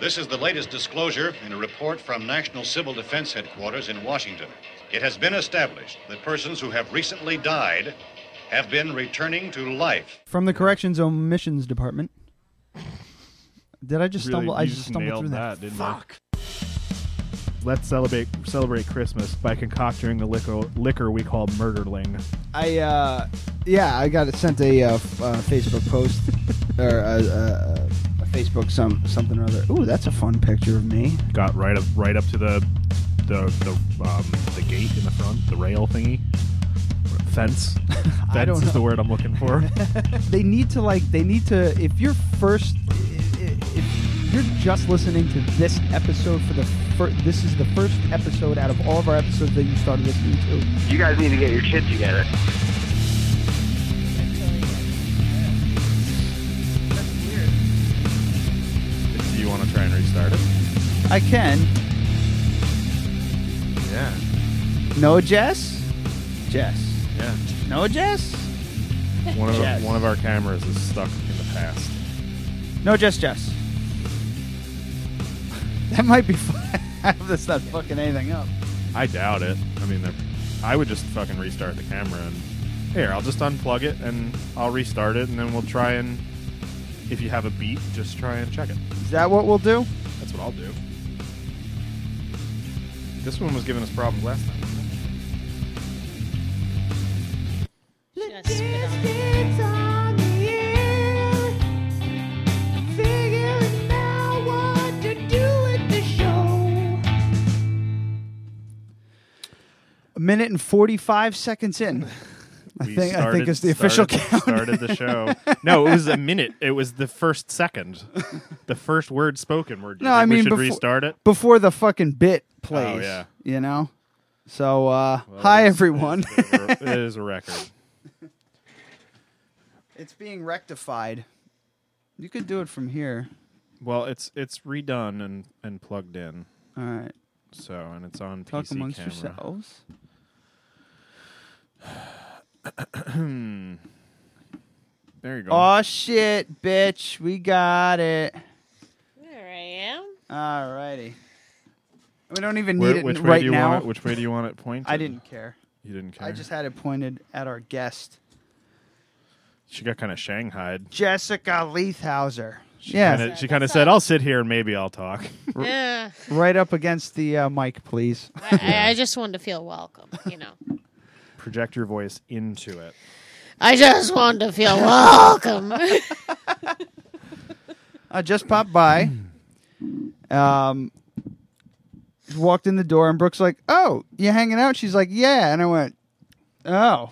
This is the latest disclosure in a report from National Civil Defense Headquarters in Washington. It has been established that persons who have recently died have been returning to life. From the Corrections Omissions Department. Did I just Really, stumble? I you just just stumbled nailed through that. that, didn't I? Fuck. Let's celebrate celebrate Christmas by concocting the liquor liquor we call murderling. I uh, yeah, I got it sent a uh, f- uh, Facebook post or uh, uh, a Facebook some something or other. Ooh, that's a fun picture of me. Got right up right up to the the the, um, the gate in the front, the rail thingy, fence. Fence I don't is the know. word I'm looking for. They need to like they need to if you're first i- i- if you're just listening to this episode for the fir- this is the first episode out of all of our episodes that you started listening to. You guys need to get your shit together. Do you want to try and restart it? I can. Yeah, No, Jess. Jess. yeah. No, Jess. One of Yes. one of our cameras is stuck in the past. No, Jess. Jess. That might be fun. That's not fucking anything up. I doubt it. I mean, they're- I would just fucking restart the camera and here I'll just unplug it and I'll restart it and then we'll try and if you have a beat, just try and check it. Is that what we'll do? That's what I'll do. This one was giving us problems last time. wasn't it? Just spit on it. A minute and 45 seconds in. I We think I started- think it's the official started, count. Started the show. No, it was a minute. It was the first second, the first word spoken. We're, No, I we mean, should before- restart it. before the fucking bit plays. Oh, yeah. You know? So uh hi it's- everyone. it is a record. it's being rectified. You could do it from here. Well, it's it's redone and and plugged in. All right. So and it's on Talk PC amongst camera. yourselves. There you go. Oh shit, bitch. We got it. There I am. All righty. We don't even Where- need which it way right do you now. want it? Which way do you want it pointed? I didn't care. You didn't care. I just had it pointed at our guest, She got kind of shanghaied. Jessica Leithauser. She yeah. Kinda, she kind of said, "I'll sit here and maybe I'll talk." Yeah. Right up against the uh, mic, please. I, I, I just wanted to feel welcome, you know. Project your voice into it. I just wanted to feel welcome. I Uh, just popped by. Um, walked in the door, and Brooke's like, "Oh, you hanging out?" She's like, "Yeah," and I went, "Oh,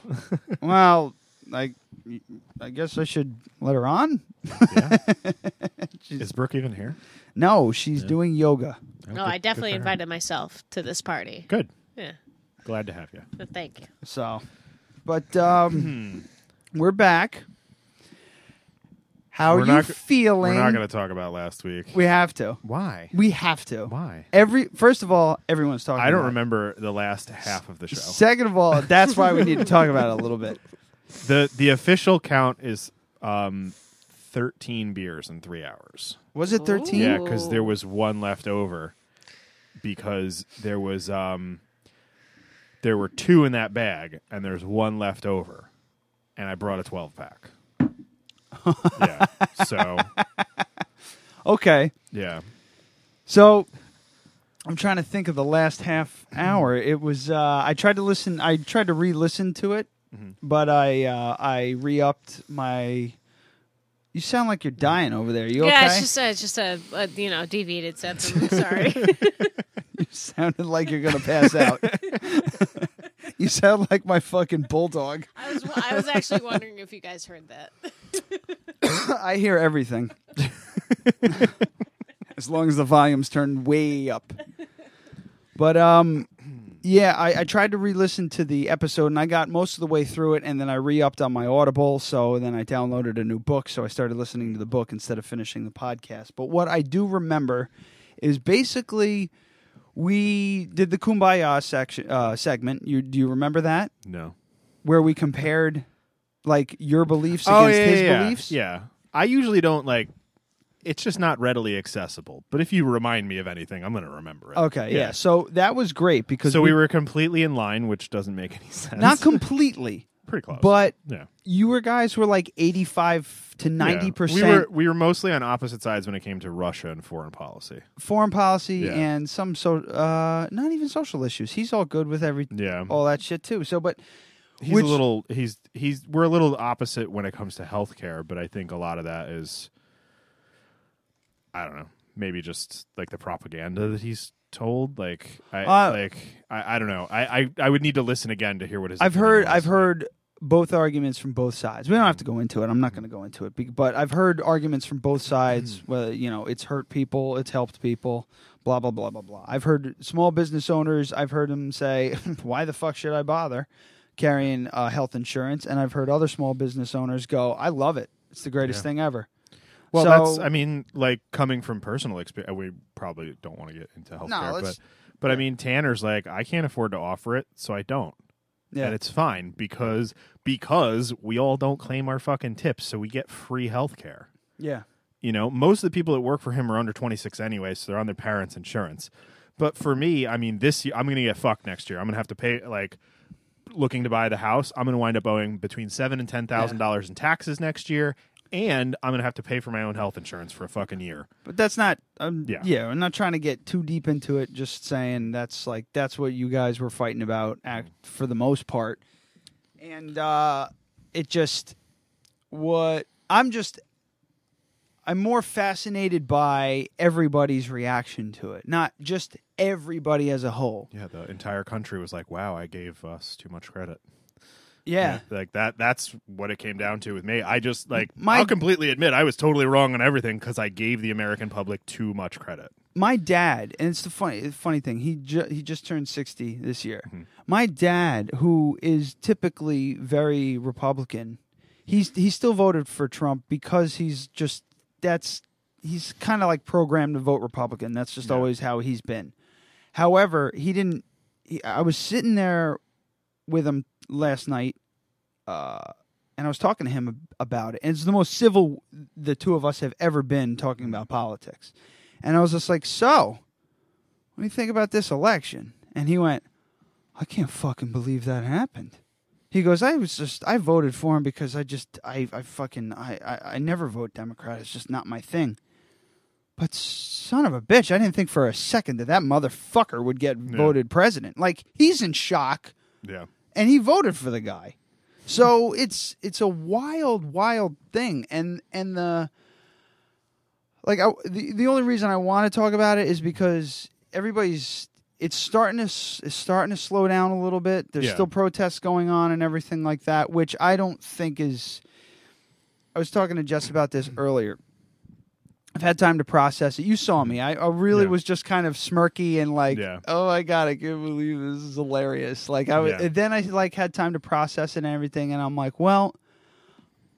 well, I, I guess I should let her on." Is Brooke even here? No, she's doing yoga. no, I definitely invited myself to this party. Good. Yeah. Glad to have you. But thank you. So, but um, we're back. How We're are you not g- feeling? We're not going to talk about last week. We have to. Why? We have to. Why? Every first of all, everyone's talking. I don't about it. remember the last half of the show. Second of all, that's why we need to talk about it a little bit. the The official count is um, thirteen beers in three hours. Was it 13? Yeah, because there Ooh. was one left over because there was um there were two in that bag and there's one left over. And I brought a 12 pack. yeah. So, Okay. yeah. So I'm trying to think of the last half hour. It was uh, I tried to listen I tried to re-listen to it, Mm-hmm. but I uh, I re-upped my You sound like you're dying over there. You Yeah, okay? it's just a, it's just a, a you know deviated sentence. I'm sorry. You sounded like you're going to pass out. you sound like my fucking bulldog. I was I was actually wondering if you guys heard that. I hear everything. as long as the volume's turned way up. But um yeah, I, I tried to re-listen to the episode and I got most of the way through it and then I re-upped on my Audible, so then I downloaded a new book, so I started listening to the book instead of finishing the podcast. But what I do remember is basically we did the Kumbaya section uh, segment. You do you remember that? No. Where we compared like your beliefs Oh, against yeah, his yeah, beliefs? Yeah. I usually don't like it's just not readily accessible. But if you remind me of anything, I'm going to remember it. Okay, yeah. So that was great because So we were completely in line, which doesn't make any sense. not completely, pretty close, but yeah, you were guys were like eighty-five to ninety Yeah. percent We were we were mostly on opposite sides when it came to Russia and foreign policy. foreign policy Yeah. and some so uh, not even social issues. He's all good with every Yeah, all that shit too. So, but he's Oh, which- a little he's he's we're a little opposite when it comes to healthcare, but I think a lot of that is I don't know, maybe just like the propaganda that he's told. Like I Uh, like I, I don't know. I, I I would need to listen again to hear what his. I've opinion heard was. I've heard both arguments from both sides. We don't have to go into it. I'm not going to go into it, be- but I've heard arguments from both sides. Whether you know it's hurt people, it's helped people, blah blah blah blah blah. I've heard small business owners. I've heard them say, "Why the fuck should I bother carrying uh, health insurance?" And I've heard other small business owners go, "I love it. It's the greatest thing ever." Well, So- that's I mean, like coming from personal experience, we probably don't want to get into healthcare, let's- but but I mean, Tanner's like I can't afford to offer it, so I don't. and it's fine because because we all don't claim our fucking tips, so we get free healthcare. yeah. You know, most of the people that work for him are under 26 anyway, so they're on their parents' insurance. But for me, I mean, this year, I'm going to get fucked next year. I'm going to have to pay like looking to buy the house. I'm going to wind up owing between seven and ten thousand dollars in taxes next year, and I'm going to have to pay for my own health insurance for a fucking year. But that's not. Um, yeah. Yeah. I'm not trying to get too deep into it. Just saying that's like that's what you guys were fighting about act, for the most part, and uh, it just what I'm just I'm more fascinated by everybody's reaction to it, not just everybody as a whole. Yeah, the entire country was like, "Wow, I gave us too much credit." Yeah. like that that's what it came down to with me i just like My- i'll completely admit i was totally wrong on everything because i gave the american public too much credit my dad, and it's the funny the funny thing. He ju- he just turned sixty this year. My dad, who is typically very Republican, he's he still voted for Trump because he's just that's he's kind of like programmed to vote Republican. That's just always how he's been. However, he didn't. He, I was sitting there with him last night, uh, and I was talking to him ab- about it. And it's the most civil the two of us have ever been talking about politics. And I was just like, "So, what do you think about this election?" And he went, "I can't fucking believe that happened." He goes, "I was just I voted for him because I just I I fucking I I, I never vote Democrat. It's just not my thing." But son of a bitch, I didn't think for a second that that motherfucker would get voted president. Like he's in shock yeah and he voted for the guy. So it's it's a wild, wild thing, and and the like I, the the only reason I want to talk about it is because everybody's it's starting to s- it's starting to slow down a little bit. There's Yeah. still protests going on and everything like that, which I don't think is. I was talking to Jess about this Mm-hmm. earlier. I've had time to process it. You saw me. I, I really Yeah. was just kind of smirky and like, Yeah. oh my god, I can't believe this is hilarious. Like I was, Yeah. then I like had time to process it and everything, and I'm like, well,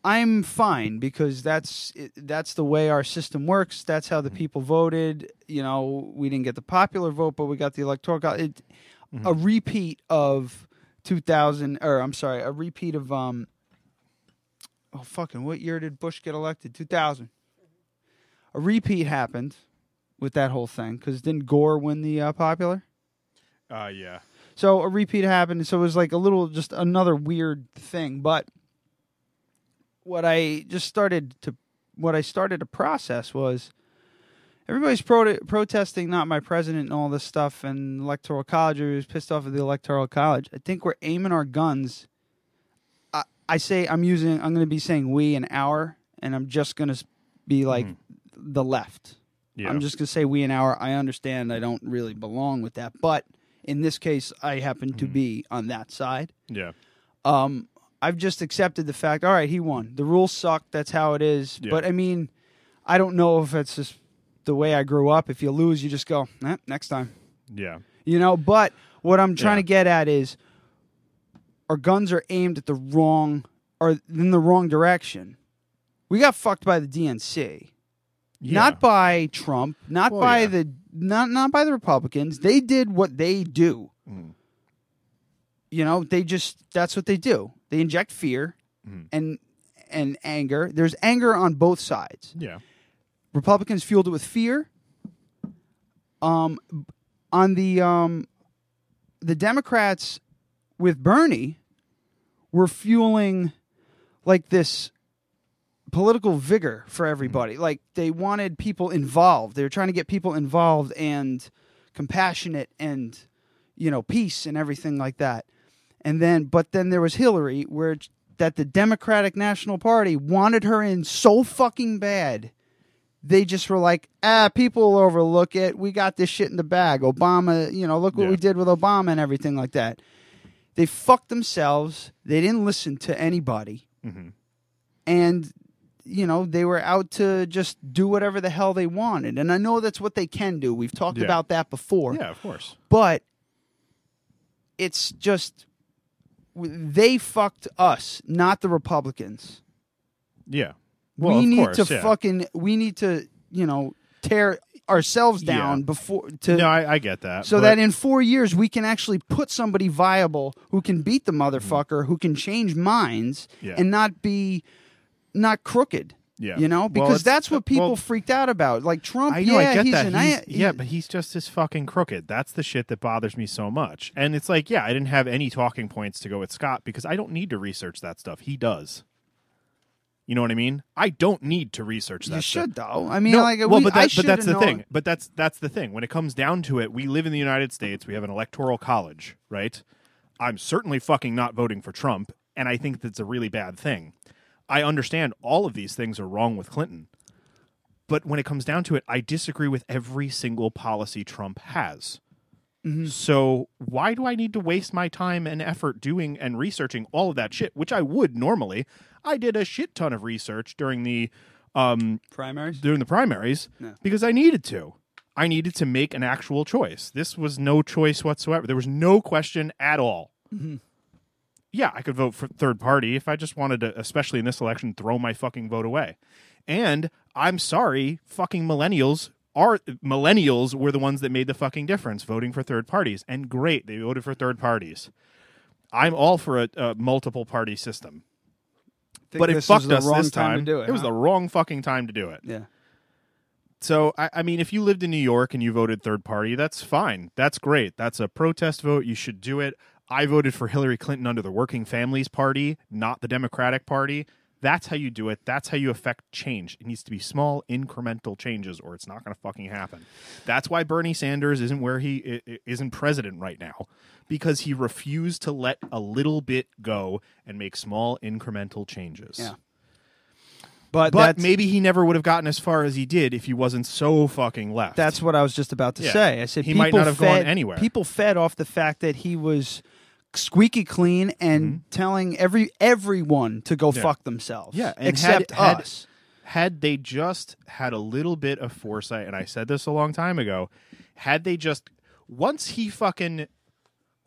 I'm fine because that's it- that's the way our system works. That's how the people voted. You know, we didn't get the popular vote, but we got the electoral. co- It, A repeat of 2000, or I'm sorry, a repeat of um. Oh fucking! What year did Bush get elected? 2000. A repeat happened with that whole thing because didn't Gore win the uh, popular? uh yeah So a repeat happened. So it was like a little, just another weird thing. But what I just started to, what I started to process was everybody's pro- protesting not my president and all this stuff and electoral college. Who's pissed off at the electoral college? I think we're aiming our guns. I, I say I'm using. I'm going to be saying we an hour, and I'm just going to be like the left. yeah I'm just going to say we an hour. I understand I don't really belong with that, but in this case, I happen Mm-hmm. to be on that side. yeah Um, I've just accepted the fact. All right, he won. The rules suck. That's how it is. Yeah. But I mean, I don't know if it's just the way I grew up. If you lose, you just go eh, next time. yeah You know. But what I'm trying Yeah. to get at is, our guns are aimed at the wrong, or in the wrong direction. We got fucked by the DNC Yeah. not by Trump, not Well, by yeah. the not not by the Republicans. They did what they do. Mm. You know, they just that's what they do. They inject fear Mhm. and and anger. There's anger on both sides. yeah Republicans fueled it with fear. Um, b- on the um, the Democrats with Bernie were fueling like this political vigor for everybody. Like they wanted people involved. They were trying to get people involved and compassionate and you know peace and everything like that. And then, but then there was Hillary, where it's- that the Democratic National Party wanted her in so fucking bad. They just were like, ah, people will overlook it. We got this shit in the bag. Obama, you know, look what Yeah. we did with Obama and everything like that. They fucked themselves. They didn't listen to anybody and you know they were out to just do whatever the hell they wanted and i know that's what they can do we've talked Yeah. about that before Yeah, of course. but it's just w- they fucked us not the republicans Yeah. Well, we of need course, to yeah. fucking we need to you know tear ourselves Yeah. down before to No, I, I get that. so but- that in four years we can actually put somebody viable who can beat the motherfucker, who can change minds Yeah. and not be not crooked. Yeah. You know, Well, because it's- that's uh, what people well- freaked out about. Like Trump, I know, yeah, I get he's that. an He's- I- yeah, but he's just as fucking crooked. That's the shit that bothers me so much. And it's like, yeah, I didn't have any talking points to go with Scott because I don't need to research that stuff. He does. You know what I mean? I don't need to research that. you stuff. should though. I mean, no, like well, we- but, I that, but should've that's the known- thing. But that's that's the thing. When it comes down to it, we live in the United States. We have an electoral college, right? I'm certainly fucking not voting for Trump, and I think that's a really bad thing. I understand all of these things are wrong with Clinton, but when it comes down to it, I disagree with every single policy Trump has. Mm-hmm. So why do I need to waste my time and effort doing and researching all of that shit, which I would normally? I did a shit ton of research during the um, Primaries. during the primaries because I needed to. I needed to make an actual choice. This was no choice whatsoever. There was no question at all. Mm-hmm. Yeah, I could vote for third party if I just wanted to, especially in this election, throw my fucking vote away. And I'm sorry, fucking millennials are millennials were the ones that made the fucking difference voting for third parties. And great, they voted for third parties. I'm all for a, a multiple party system, Think but it this fucked was the us wrong this time. to do it. was huh? the wrong fucking time to do it. yeah. So I, I mean, if you lived in New York and you voted third party, that's fine. That's great. That's a protest vote. You should do it. I voted for Hillary Clinton under the Working Families Party, not the Democratic Party. That's how you do it. That's how you affect change. It needs to be small, incremental changes, or it's not going to fucking happen. That's why Bernie Sanders isn't where he i- i- isn't president right now, because he refused to let a little bit go and make small, incremental changes. Yeah. But, But that's, maybe he never would have gotten as far as he did if he wasn't so fucking left. That's what I was just about to Yeah. say. I said He might people not have gone fed, anywhere. People fed off the fact that he was squeaky clean and telling every everyone to go fuck themselves. Mm-hmm. Yeah, and except had- had- us. had they just had a little bit of foresight, and I said this a long time ago, had they just once he fucking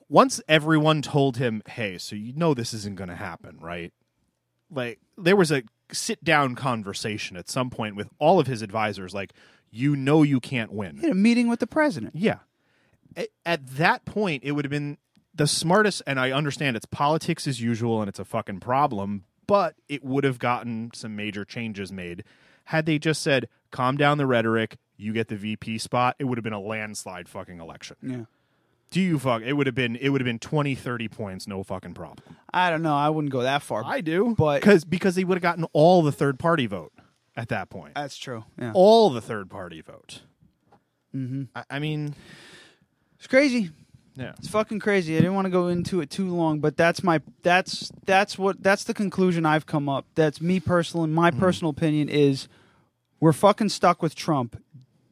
once everyone told him, "Hey, so you know this isn't going to happen, right?" Like there was a sit down conversation at some point with all of his advisors, like you know you can't win. He had a meeting with the president. Yeah. A- At that point, it would have been the smartest, and I understand it's politics as usual and it's a fucking problem, but it would have gotten some major changes made had they just said, calm down the rhetoric, you get the VP spot, it would have been a landslide fucking election. Yeah. Do you fuck? It would have been it would have been 20 30 points, no fucking problem. I don't know. I wouldn't go that far. I do. But- cuz because they would have gotten all the third party vote at that point. That's true. Yeah. all the third party vote. Mhm. I, I mean, It's crazy. yeah. It's fucking crazy. I didn't want to go into it too long, but that's my that's that's what that's the conclusion I've come up. That's me personally. My Mm-hmm. personal opinion is we're fucking stuck with Trump.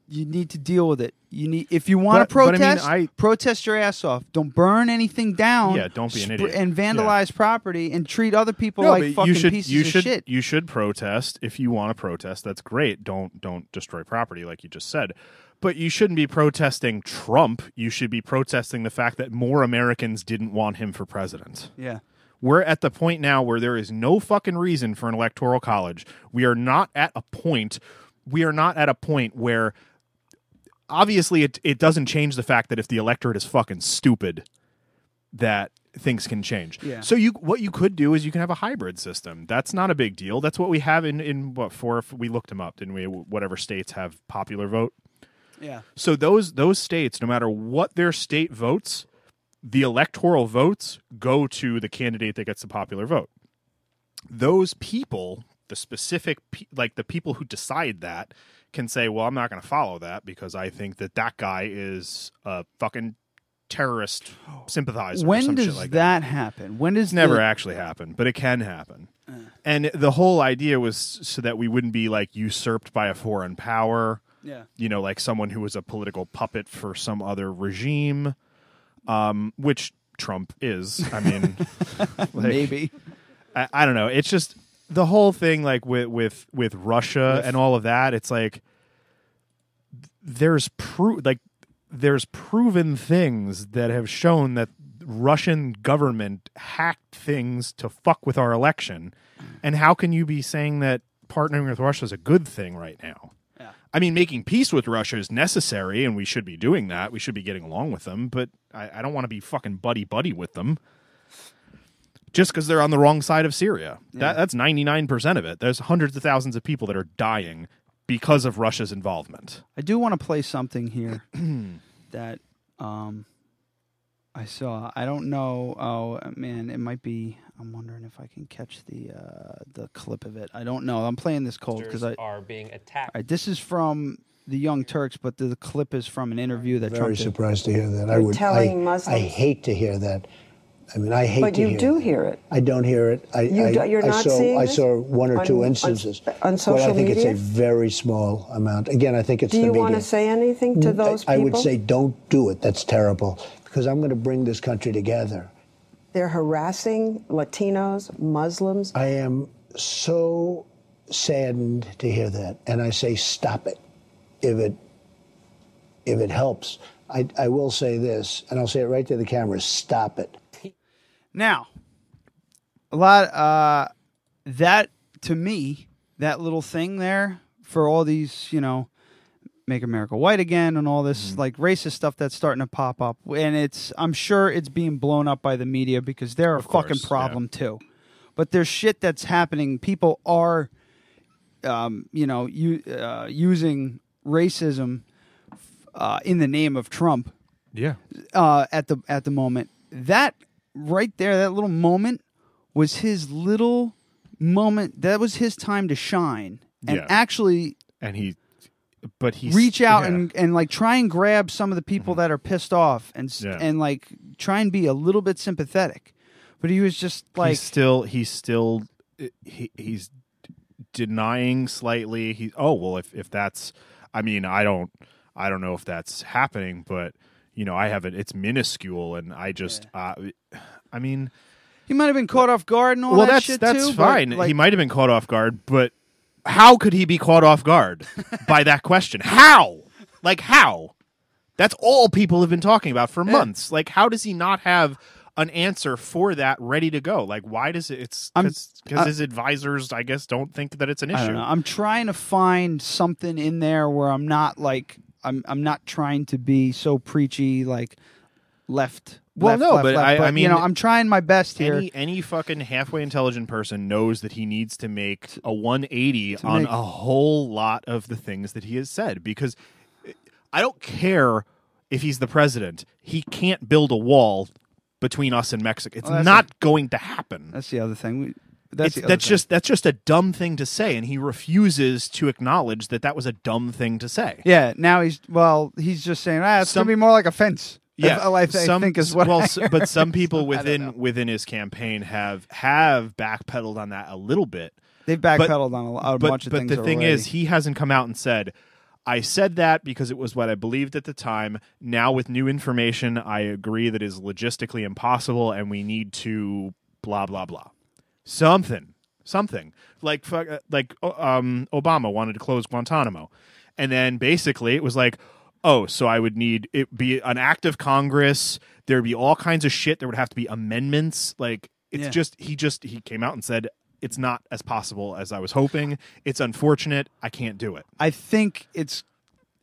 You need to deal with it. You need if you want to But- but I mean, protest, I- protest your ass off. Don't burn anything down. Yeah, don't be an Spr- idiot. and vandalize property and treat other people No, like but fucking you should, pieces you of should, shit. You should protest if you want to protest. That's great. Don't don't destroy property like you just said. But you shouldn't be protesting Trump. You should be protesting the fact that more Americans didn't want him for president. yeah, We're at the point now where there is no fucking reason for an electoral college. We are not at a point. We are not at a point where obviously it, it doesn't change the fact that if the electorate is fucking stupid, that things can change. Yeah. So you what you could do is you can have a hybrid system. That's not a big deal. That's what we have in in what four if we looked them up, didn't we? Whatever states have popular vote. Yeah. So those those states, no matter what their state votes, the electoral votes go to the candidate that gets the popular vote. Those people, the specific pe- like the people who decide that, can say, "Well, I'm not going to follow that because I think that that guy is a fucking terrorist sympathizer." or When some does shit like that? that happen? When does It's never the- actually happened, but it can happen. Uh. And the whole idea was so that we wouldn't be like usurped by a foreign power Yeah. you know, like someone who was a political puppet for some other regime, um, which Trump is. I mean, like, Maybe. I, I don't know. It's just the whole thing, like with with with Russia and all of that. It's like there's pro- like there's proven things that have shown that Russian government hacked things to fuck with our election. And how can you be saying that partnering with Russia is a good thing right now? Yeah. I mean, making peace with Russia is necessary, and we should be doing that. We should be getting along with them, but I, I don't want to be fucking buddy buddy with them just because they're on the wrong side of Syria. That, that's ninety nine percent of it. There's hundreds of thousands of people that are dying because of Russia's involvement. I do want to play something here that um I saw. I don't know. Oh man, it might be. I'm wondering if I can catch the uh the clip of it. I don't know. I'm playing this cold because I. All are being attacked. right, this is from the Young Turks, but the, the clip is from an interview that Very Trump did. surprised to hear that. I would. telling I, Muslims- I hate to hear that. I mean, I hate But to you hear do that. hear it. I don't hear it. I, You I, do- you're I not saw, seeing I this? saw one or On- two on- instances. on well, social I think media? it's a very small amount. Again, I think it's Do the you media. want to say anything to those I, I people? would say don't do it. That's terrible because I'm going to bring this country together. they're harassing Latinos, Muslims. I am so saddened to hear that, and I say stop it if it if it helps. I, I will say this, and I'll say it right to the camera: stop it. Now, a lot uh that to me, that little thing there for all these, you know, make America white again and all this Mm-hmm. like racist stuff that's starting to pop up. And it's I'm sure it's being blown up by the media because they're a fucking course, yeah. problem too. But there's shit that's happening. People are um, you know, you uh, using racism uh, in the name of Trump Yeah, uh, at the at the moment. That right there, that little moment was his little moment. That was his time to shine and Yeah. actually and he, but he reach out yeah. Mm-hmm. and, and like try and grab some of the people that are pissed off and s Yeah. and like try and be a little bit sympathetic. But he was just like, he's still he's still he, he's denying slightly. He oh well if if that's I mean I don't I don't know if that's happening, but you know I haven't. It's minuscule, and I just uh, I mean. he might have been caught off guard and all well, that that's shit that's too. but, fine. like, he might have been caught off guard, but how could he be caught off guard by that question? How? Like how? That's all people have been talking about Eh. for months. Like how does he not have an answer for that ready to go? Like why does it? It's I'm- uh, because his advisors, I guess, don't think that it's an I issue. don't know. I'm trying to find something in there where I'm not like I'm I'm not trying to be so preachy like left. Well, left, no, left, but left, I- I but, you mean- know, I'm trying my best here. Any any fucking halfway intelligent person knows that he needs to make a 180 to on make- a whole lot of the things that he has said because eh, I don't care if he's the president. He can't build a wall between us and Mexico. It's Well, Oh, that's not going to happen. that's the other thing. We, that's That's, the other that's thing. just that's just a dumb thing to say, and he refuses to acknowledge that that was a dumb thing to say. yeah. Now he's well, he's just saying ah, it's Some- gonna be more like a fence. yeah, I, I think is what. well, I s- heard. but some So, people I don't know. within within his campaign have have backpedaled on that a little bit. they've backpedaled on a, lo- a but, bunch of but things. the thing already. is he hasn't come out and said i said that because it was what i believed at the time now with new information i agree that is logistically impossible and we need to blah blah blah something something like fuck- uh, like uh, um obama wanted to close guantanamo and then basically it was like oh so i would need it be an act of congress there'd be all kinds of shit there would have to be amendments like it's Yeah. just he just he came out and said it's not as possible as i was hoping it's unfortunate i can't do it I think it's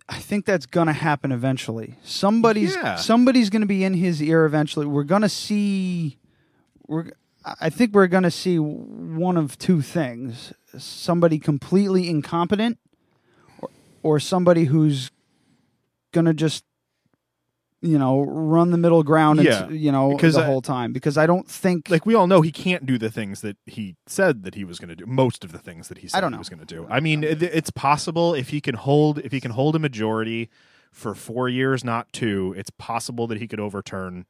I think that's gonna happen eventually. Somebody's Yeah. somebody's gonna be in his ear eventually. We're gonna see. We're. I I think we're gonna see one of two things: somebody completely incompetent, or, or somebody who's gonna just, you know, run the middle ground. Yeah, And, you know, because the I- whole time because I don't think like we all know he can't do the things that he said that he was going to do most of the things that he said I don't know. he was going to do i mean it, it's possible if he can hold if he can hold a majority for four years not two it's possible that he could overturn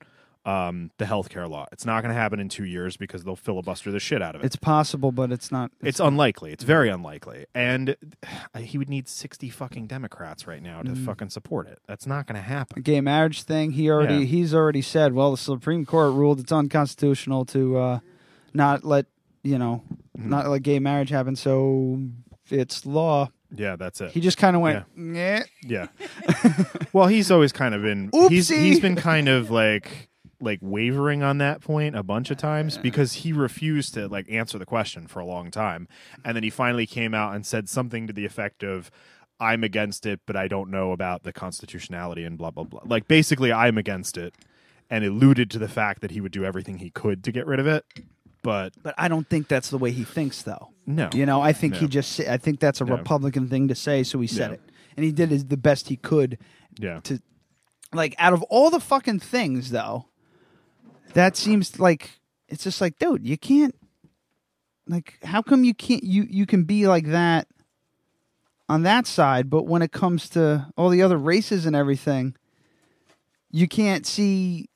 um, the healthcare law it's not going to happen in two years because they'll filibuster the shit out of it it's possible, but it's not. it's unlikely. It's very unlikely. And uh, he would need 60 fucking Democrats right now Mm. to fucking support it. That's not going to happen. gay marriage thing. He already Yeah. he's already said, well, the Supreme Court ruled it's unconstitutional to uh, not let you know Mm-hmm. not let gay marriage happen, so it's law. Yeah, that's it. He just kind of went, yeah. Yeah. well, he's always kind of been he's Oopsie. he's been kind of like like wavering on that point a bunch of times because he refused to like answer the question for a long time. And then he finally came out and said something to the effect of I'm against it, but I don't know about the constitutionality and blah blah blah. Like basically I'm against it and alluded to the fact that he would do everything he could to get rid of it. But But I don't think that's the way he thinks, though. No. you know, I think he No. just sa- I think that's a No. Republican thing to say, so he said Yeah. it, and he did his, the best he could yeah. to like out of all the fucking things though that seems like it's just like dude you can't like how come you can't you you can be like that on that side but when it comes to all the other races and everything you can't see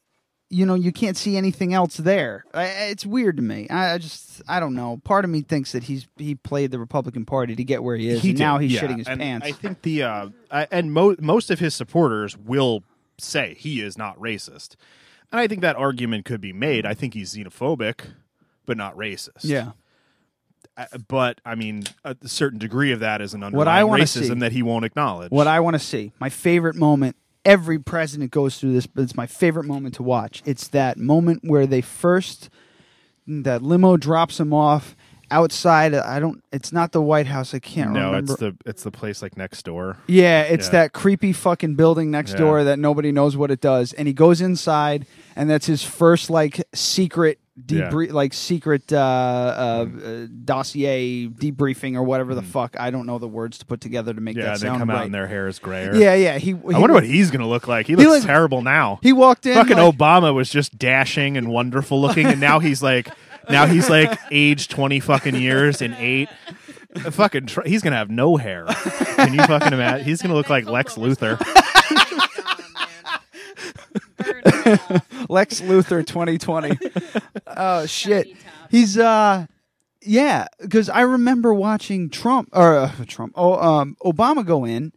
you know you can't see anything else there I, I- it's weird to me I, I just i don't know part of me thinks that he's he played the republican party to get where he is and did, now he's yeah. shitting his And pants I think the uh, I, and mo- most of his supporters will say he is not racist, and I think that argument could be made. I think he's xenophobic, but not racist. yeah Uh, but I mean, a certain degree of that is an underlying I wanna racism see- that he won't acknowledge. What I want to see, my favorite moment. Every president goes through this, but it's my favorite moment to watch. It's that moment where they first that limo drops him off outside. I don't. It's not the White House. I can't no, remember. it's the it's the place like next door. Yeah, it's Yeah. that creepy fucking building next Yeah. door that nobody knows what it does. And he goes inside, and that's his first like secret Yeah. Mm. debrief, like secret uh, uh, uh, dossier debriefing or whatever the fuck. I don't know the words to put together to make Yeah, that they sound come right. out and their hair is grayer. yeah, yeah. He, he I wonder what he's gonna look like. He looks looked- terrible now. He walked in. Fucking like, Obama was just dashing and wonderful looking, and now he's like, now he's like aged twenty fucking years and eight. Fucking, tr- he's gonna have no hair. Can you fucking imagine? He's gonna look like Lex Luthor. Oh Lex Luthor 2020. oh shit. He's uh yeah, cuz I remember watching Trump or uh, Trump. Oh um Obama go in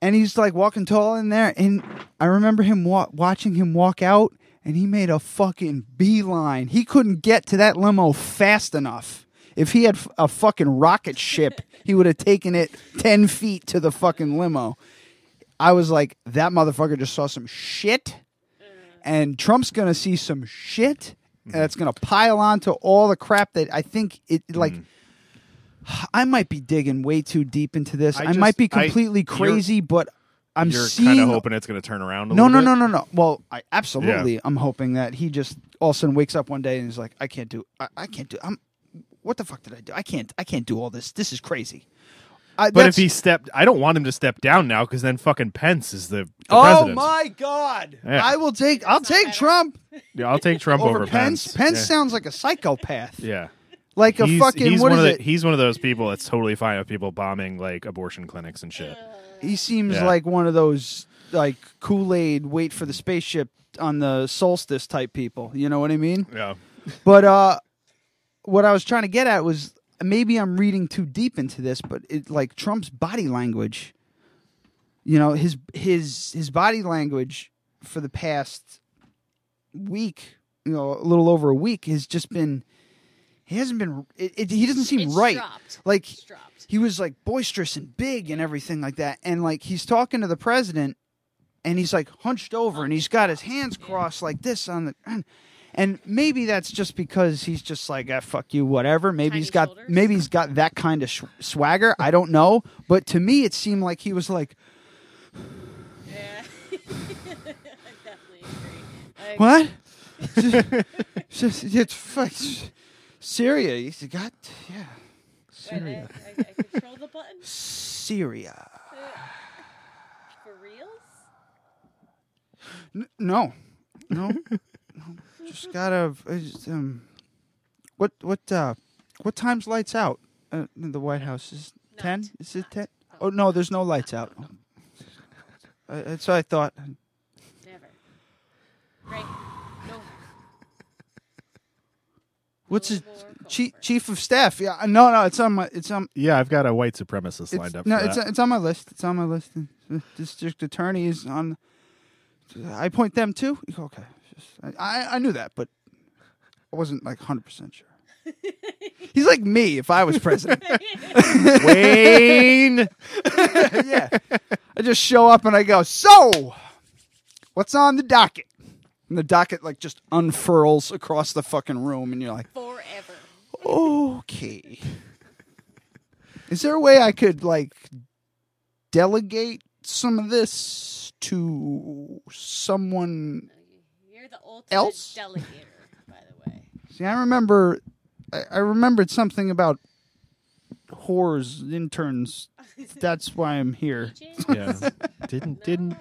and he's like walking tall in there and I remember him wa- watching him walk out and he made a fucking beeline. He couldn't get to that limo fast enough. If he had f- a fucking rocket ship, he would have taken it 10 feet to the fucking limo. I was like, that motherfucker just saw some shit and Trump's going to see some shit and it's going to pile on to all the crap that I think it like I might be digging way too deep into this. I, Mm. I just- might be I- completely you're- crazy, but I'm You're seeing kind of hoping it's gonna turn around. A no, no, little no, bit. no, no. Well, I absolutely I'm hoping that he just all of a sudden wakes up one day and is like, I can't do I, I can't do I'm what the fuck did I do? I can't I can't do all this. This is crazy. I, But if that's- he stepped, I don't want him to step down now because then fucking Pence is the, the Oh president. my god. Yeah. I will take I'll take Trump Yeah, I'll take Trump over, over, Pence. Pence yeah. sounds like a psychopath. yeah. Like a he's, fucking he's what one is of it? the, He's one of those people that's totally fine with people bombing like abortion clinics and shit. He seems Yeah. like one of those like Kool Aid wait for the spaceship on the solstice type people. You know what I mean? Yeah, But uh, what I was trying to get at was maybe I'm reading too deep into this, but it like Trump's body language. You know his his his body language for the past week, you know, a little over a week, has just been. He hasn't been. It, it, he doesn't seem It's right. dropped. Like It's dropped. he was like boisterous and big and everything like that. And like he's talking to the president and he's like hunched over and he's got his hands crossed like this on the and, and maybe that's just because he's just like ah, fuck you whatever maybe Tiny he's got shoulders. maybe he's got that kind of sh- swagger i don't know but to me it seemed like he was like Yeah. I definitely agree. I- What? it's, just- it's fuck- Syria. You see, God, yeah, Wait, I, I, I control the button Syria. for reals? N- no, no, no. Just gotta. I just, um, what what uh, what time's lights out? Uh, in the White House is ten. Is it ten? Oh no, there's no lights out. Uh, that's what I thought. Never. Right? No. What's his Global or chief covert? chief of staff? Yeah, no, no, it's on my it's on Yeah, I've got a white supremacist it's, lined up. No, for it's that. it's on my list. It's on my list. The District attorney is on. I point them too. Okay, Just- I- I I knew that, but I wasn't like hundred percent sure. He's like me if I was president. Wayne. yeah, I just show up and I go. So, what's on the docket? And the docket like just unfurls across the fucking room, and you're like, Forever. okay. Is there a way I could like delegate some of this to someone? You're the ultimate Else? delegator, by the way. See, I remember, I, I remembered something about whores, interns. That's why I'm here. James? yeah. Didn't didn't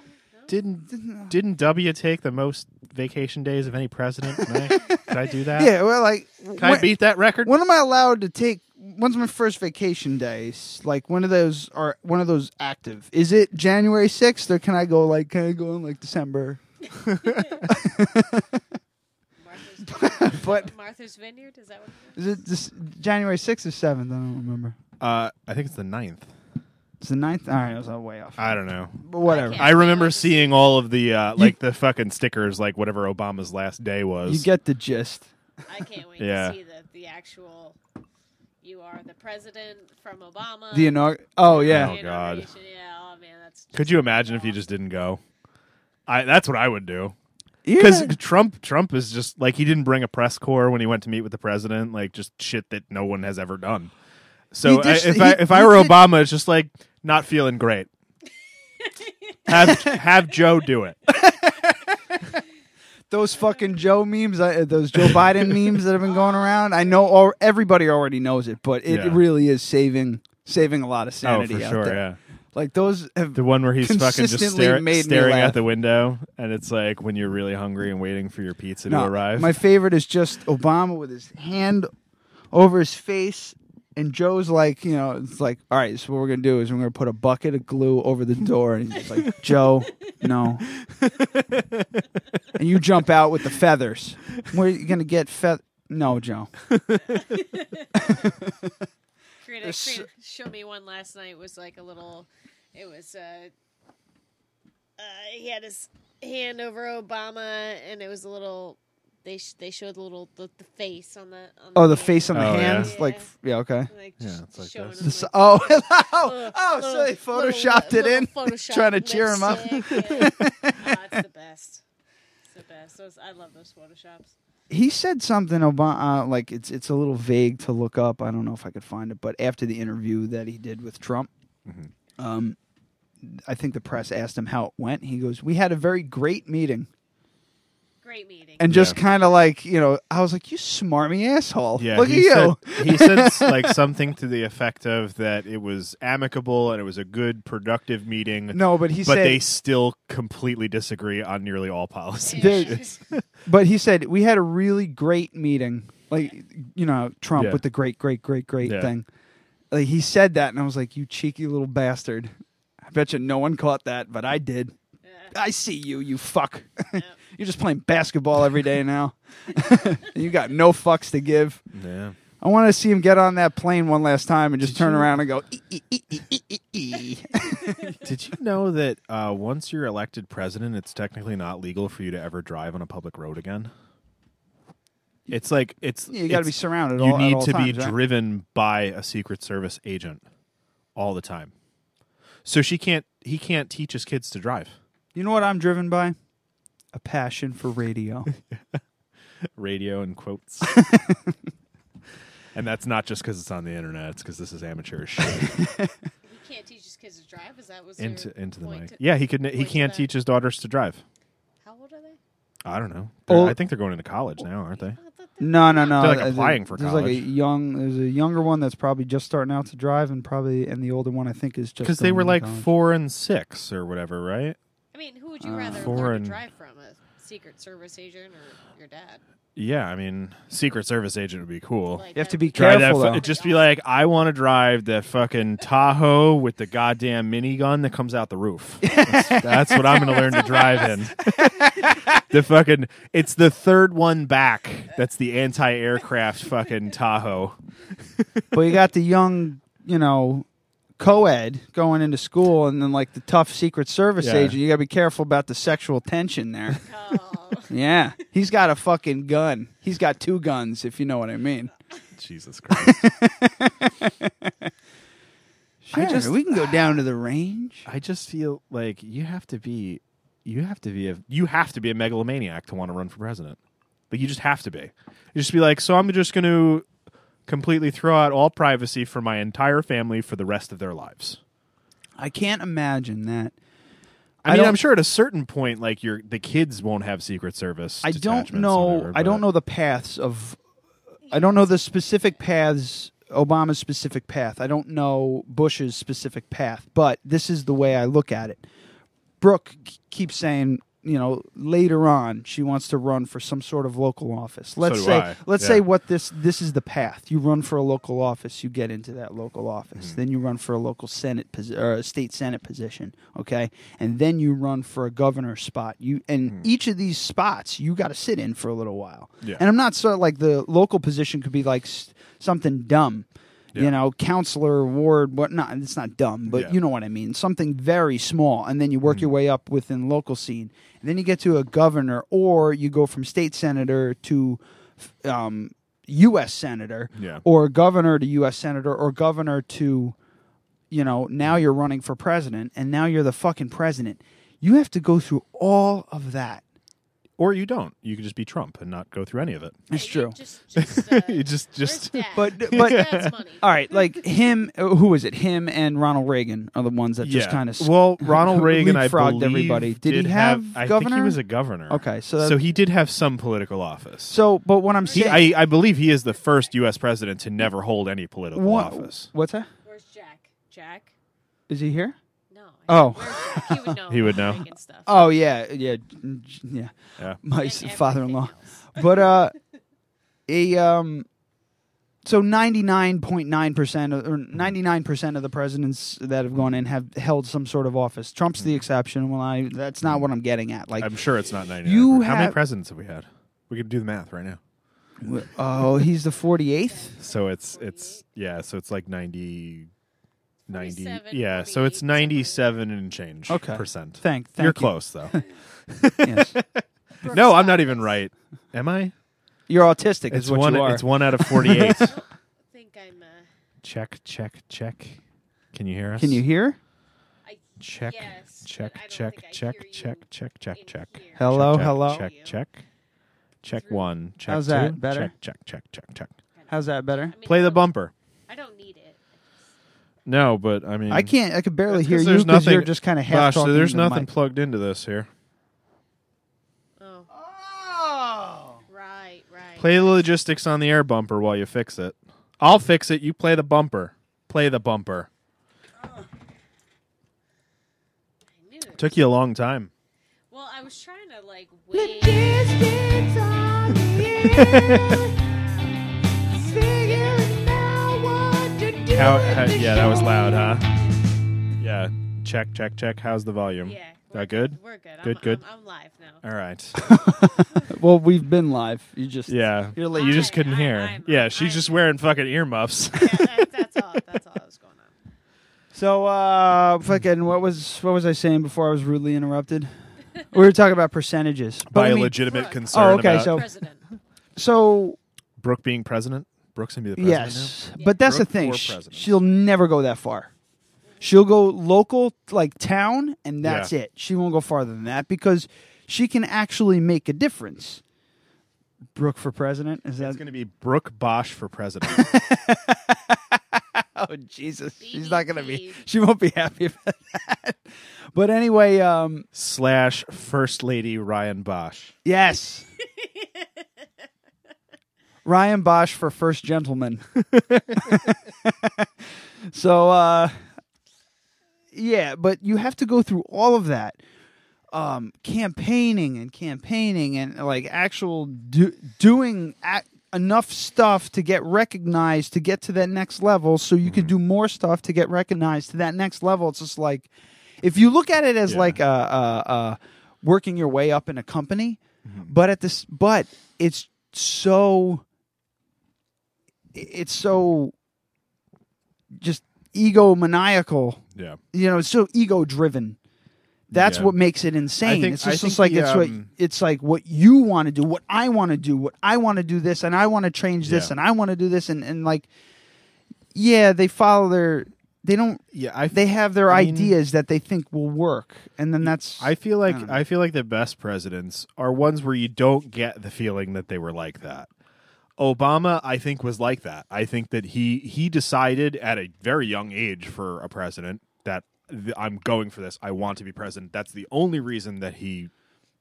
didn't didn't W take the most vacation days of any president? Can I, could I do that? Yeah, well, like Can I when- beat that record? When am I allowed to take? When's my first vacation days? Like one of those are one of those active? Is it January sixth, or can I go like can I go in like December? Martha's, But Martha's Vineyard? Is that what it Is it this January 6th or 7th? I don't remember. Uh, I think it's the ninth. It's the 9th? All right, I was on way off. I don't know. But whatever. I I remember seeing all of the uh, like the fucking stickers, like whatever Obama's last day was. You get the gist. is? I can't wait Yeah. to see the, the actual. You are the president from Obama. Uh, The inaug. Oh, yeah. Oh, God. inauguration. Yeah, oh, man, that's. Could you imagine if you just didn't go? I that's what I would do because Yeah. Trump Trump is just like he didn't bring a press corps when he went to meet with the president, like just shit that no one has ever done. So He I, just- if I he- if I he were did- Obama, it's just like not feeling great. have have Joe do it. Those fucking Joe memes, I, those Joe Biden memes that have been going around. I know all, everybody already knows it, but it Yeah. really is saving saving a lot of sanity oh, for out sure, there. yeah. Like those have The one where he's fucking just consistently stare- made me staring laugh. at the window, and it's like when you're really hungry and waiting for your pizza No, to arrive. My favorite is just Obama with his hand over his face. And Joe's like, you know, it's like, all right, so what we're going to do is we're going to put a bucket of glue over the door. And he's just like, Joe, no. and you jump out with the feathers. Where are you going to get feath? No, Joe. Create a, There's create a- show me one last night was like a little. It was. Uh, uh, he had his hand over Obama, and it was a little. They sh- they showed the little the, the face on the. On Oh, the hand. face on the Oh, hand? yeah. Like, yeah, okay. Like, Yeah, sh- it's like showing this. him, This, like, oh, oh, little- oh, so they little- little- photoshopped it little in, Photoshop trying to cheer him up. lipstick, yeah. Ah, it's the best. It's the best. Those, I love those photoshops. he said something about uh, like it's it's a little vague to look up. I don't know if I could find it, but after the interview that he did with Trump, Mm-hmm. um, I think the press asked him how it went. He goes, "We had a very great meeting," Great meeting. and just Yeah. kind of like you know, I was like, "You smarmy asshole! Yeah, Look at he you!" Said, he said s- like something to the effect of that it was amicable and it was a good, productive meeting. No, but he but said they still completely disagree on nearly all policies. Dude. But he said we had a really great meeting, like you know Trump Yeah. with the great, great, great, great Yeah. thing. Like he said that, and I was like, "You cheeky little bastard!" I bet you no one caught that, but I did. I see you, you fuck. You're just playing basketball every day now. you got no fucks to give. Yeah. I want to see him get on that plane one last time and just turn around and go. "E, "Ee, ee, ee, ee, ee, ee, ee." Did you know that uh, once you're elected president, it's technically not legal for you to ever drive on a public road again? It's like it's You got to be it's- surrounded. You all, at need all to times, be right? driven by a Secret Service agent all the time. So she can't. He can't teach his kids to drive. You know what I'm driven by? A passion for radio. radio in quotes. and that's not just because it's on the internet; it's because this is amateurish shit. He can't teach his kids kids to drive? Is that was your into into the point mic. to- Yeah, he could. He point to can't that? teach his daughters to drive. How old are they? I don't know. Oh. They're- I think they're going into college now, aren't they? I thought they- No, no, no. They're, like, Uh, there- applying for there's like college. a young, there's a younger one that's probably just starting out to drive, and probably and the older one I think is just Because they going were into like college. four and six or whatever, right? I mean, who would you rather learn Uh, Foreign. to drive from? A Secret Service agent or your dad? Yeah, I mean, Secret Service agent would be cool. Like uh, You have that- to be Drive careful. that. though. Fu- just be like, I want to drive that fucking Tahoe with the goddamn minigun that comes out the roof. That's, that's what I'm going to learn to drive in. the fucking, it's the third one back. That's the anti-aircraft fucking Tahoe. but you got the young, you know, co-ed going into school, and then like the tough Secret Service Yeah. agent. You gotta be careful about the sexual tension there. Oh, yeah, he's got a fucking gun. He's got two guns, if you know what I mean. Jesus Christ. Sure, just- we can go down to the range. I just feel like you have to be, you have to be a, you have to be a megalomaniac to want to run for president. Like you just have to be. You just be like, so I'm just going to completely throw out all privacy for my entire family for the rest of their lives. I can't imagine that. I, I mean, don't- I'm sure at a certain point, like your the kids won't have Secret Service. I don't detachments know. or whatever, I don't but- know the paths of. I don't know the specific paths. Obama's specific path. I don't know Bush's specific path, but this is the way I look at it. Brooke k- keeps saying, you know, later on she wants to run for some sort of local office. Let's do say, I. let's Yeah. say what this this is the path. You run for a local office, you get into that local office, Mm-hmm. then you run for a local senate posi- or a state senate position, okay, and then you run for a governor spot. You and each of these spots you got to sit in for a little while. Mm. Yeah. And I'm not so like the local position could be like s- something dumb. You Yeah. know, counselor, ward, whatnot. It's not dumb, but Yeah. Mm. you know what I mean. Something very small, and then you work your way up within local scene, and then you get to a governor, or you go from state senator to f- um, U.S. senator, Yeah. or governor to U.S. senator, or governor to, you know, now you're running for president, and now you're the fucking president. You have to go through all of that. Or you don't. You could just be Trump and not go through any of it. It's you true. Just, just, uh, you just where's just dad? But- Where's but- dad's money? All right, like him. Who is it? Him and Ronald Reagan are the ones that just Yeah. kind of. well, Ronald Reagan, I leapfrogged believe, everybody. Did he have I think he governor? was a governor. Okay, so that- so he did have some political office. so, but what I'm he, saying, I, I believe he is the first U.S. president to never hold any political what- office. What's that? Where's Jack? Jack? Is he here? No. I said, Oh. where's Jack? He would know. He would about know. Reagan Stuff. Oh yeah, yeah, yeah. Yeah. My and everything father-in-law. else. but uh a um so 99.9% of- or 99% of the presidents that have gone in have held some sort of office. Trump's the exception. Well, I that's not what I'm getting at. Like Mm. I'm sure it's not ninety. You How many have- presidents have we had? We could do the math right now. oh, he's the 48th? So it's it's yeah. So it's like 90, 90 47, yeah. So it's 48, somewhere. ninety seven and change Okay. percent. Thank thank You're you. close though. Yes. no, I'm not even right. Am I? You're autistic It's is what one. e, you are. It's one out of forty eight. I think I'm. Uh, check, check, check. Can you hear us? Can you hear? I check, Yes, but check, I don't check, think I check, hear check, you check, check, in check. here. Hello, check, hello. Check, Audio. check, check Through. one. Check How's two, that? Better? Check, check, check, check, check. How's that better? I mean, Play I the don't- bumper. I don't need it. No, but I mean, I can't I could barely That's hear 'cause you there's cuz you're nothing- just kind of half Gosh, talking so there's into the nothing mic. plugged into this here. Oh. Right, right. Play the logistics on the air bumper while you fix it. I'll fix it. You play the bumper. Play the bumper. I knew it. Took you a long time. Well, I was trying to like wait. How, how, yeah, that was loud, huh? Yeah. Check, check, check. How's the volume? Yeah. we're That good? We're good. Good, I'm, good. I'm, I'm live now. All right. Well, we've been live. You just Yeah. You're late. You just I- couldn't I- hear. I'm- yeah, she's just I'm- wearing fucking earmuffs. Yeah, that, that's all. That's all that was going on. So uh fucking what was what was I saying before I was rudely interrupted? we were talking about percentages. But By I a mean- legitimate Oh, concern okay, about so- President. So Brooke being president. Brooke's gonna be the president yes, but that's Brooke the thing. for Sh- president. She'll never go that far. She'll go local, like town, and that's Yeah. it. She won't go farther than that because she can actually make a difference. Brooke for president is now. that It's gonna be Brooke Bosch for president. oh Jesus, she's not gonna be. BBT. She won't be happy about that. But anyway, um, slash First Lady Ryan Bosch. yes. Ryan Bosch for first gentleman. so uh, yeah, but you have to go through all of that. Um, campaigning and campaigning and like actual do- doing a- enough stuff to get recognized to get to that next level so you could do more stuff to get recognized to that next level it's just like if you look at it as Yeah. like uh, uh, uh, working your way up in a company but at this but it's so it's so just egomaniacal Yeah. you know it's so ego driven that's Yeah. what makes it insane think- it's I just, think just like the, it's um, what it's like what you want to do what i want to do what i want to do this and i want to change this Yeah. and i want to do this and, and like yeah they follow their they don't Yeah, I they have their I mean- ideas that they think will work and then that's I feel like don't know. I, feel like the best presidents are ones where you don't get the feeling that they were like that. Obama, I think, was like that. I think that he he decided at a very young age for a president that th- I'm going for this. I want to be president. That's the only reason that he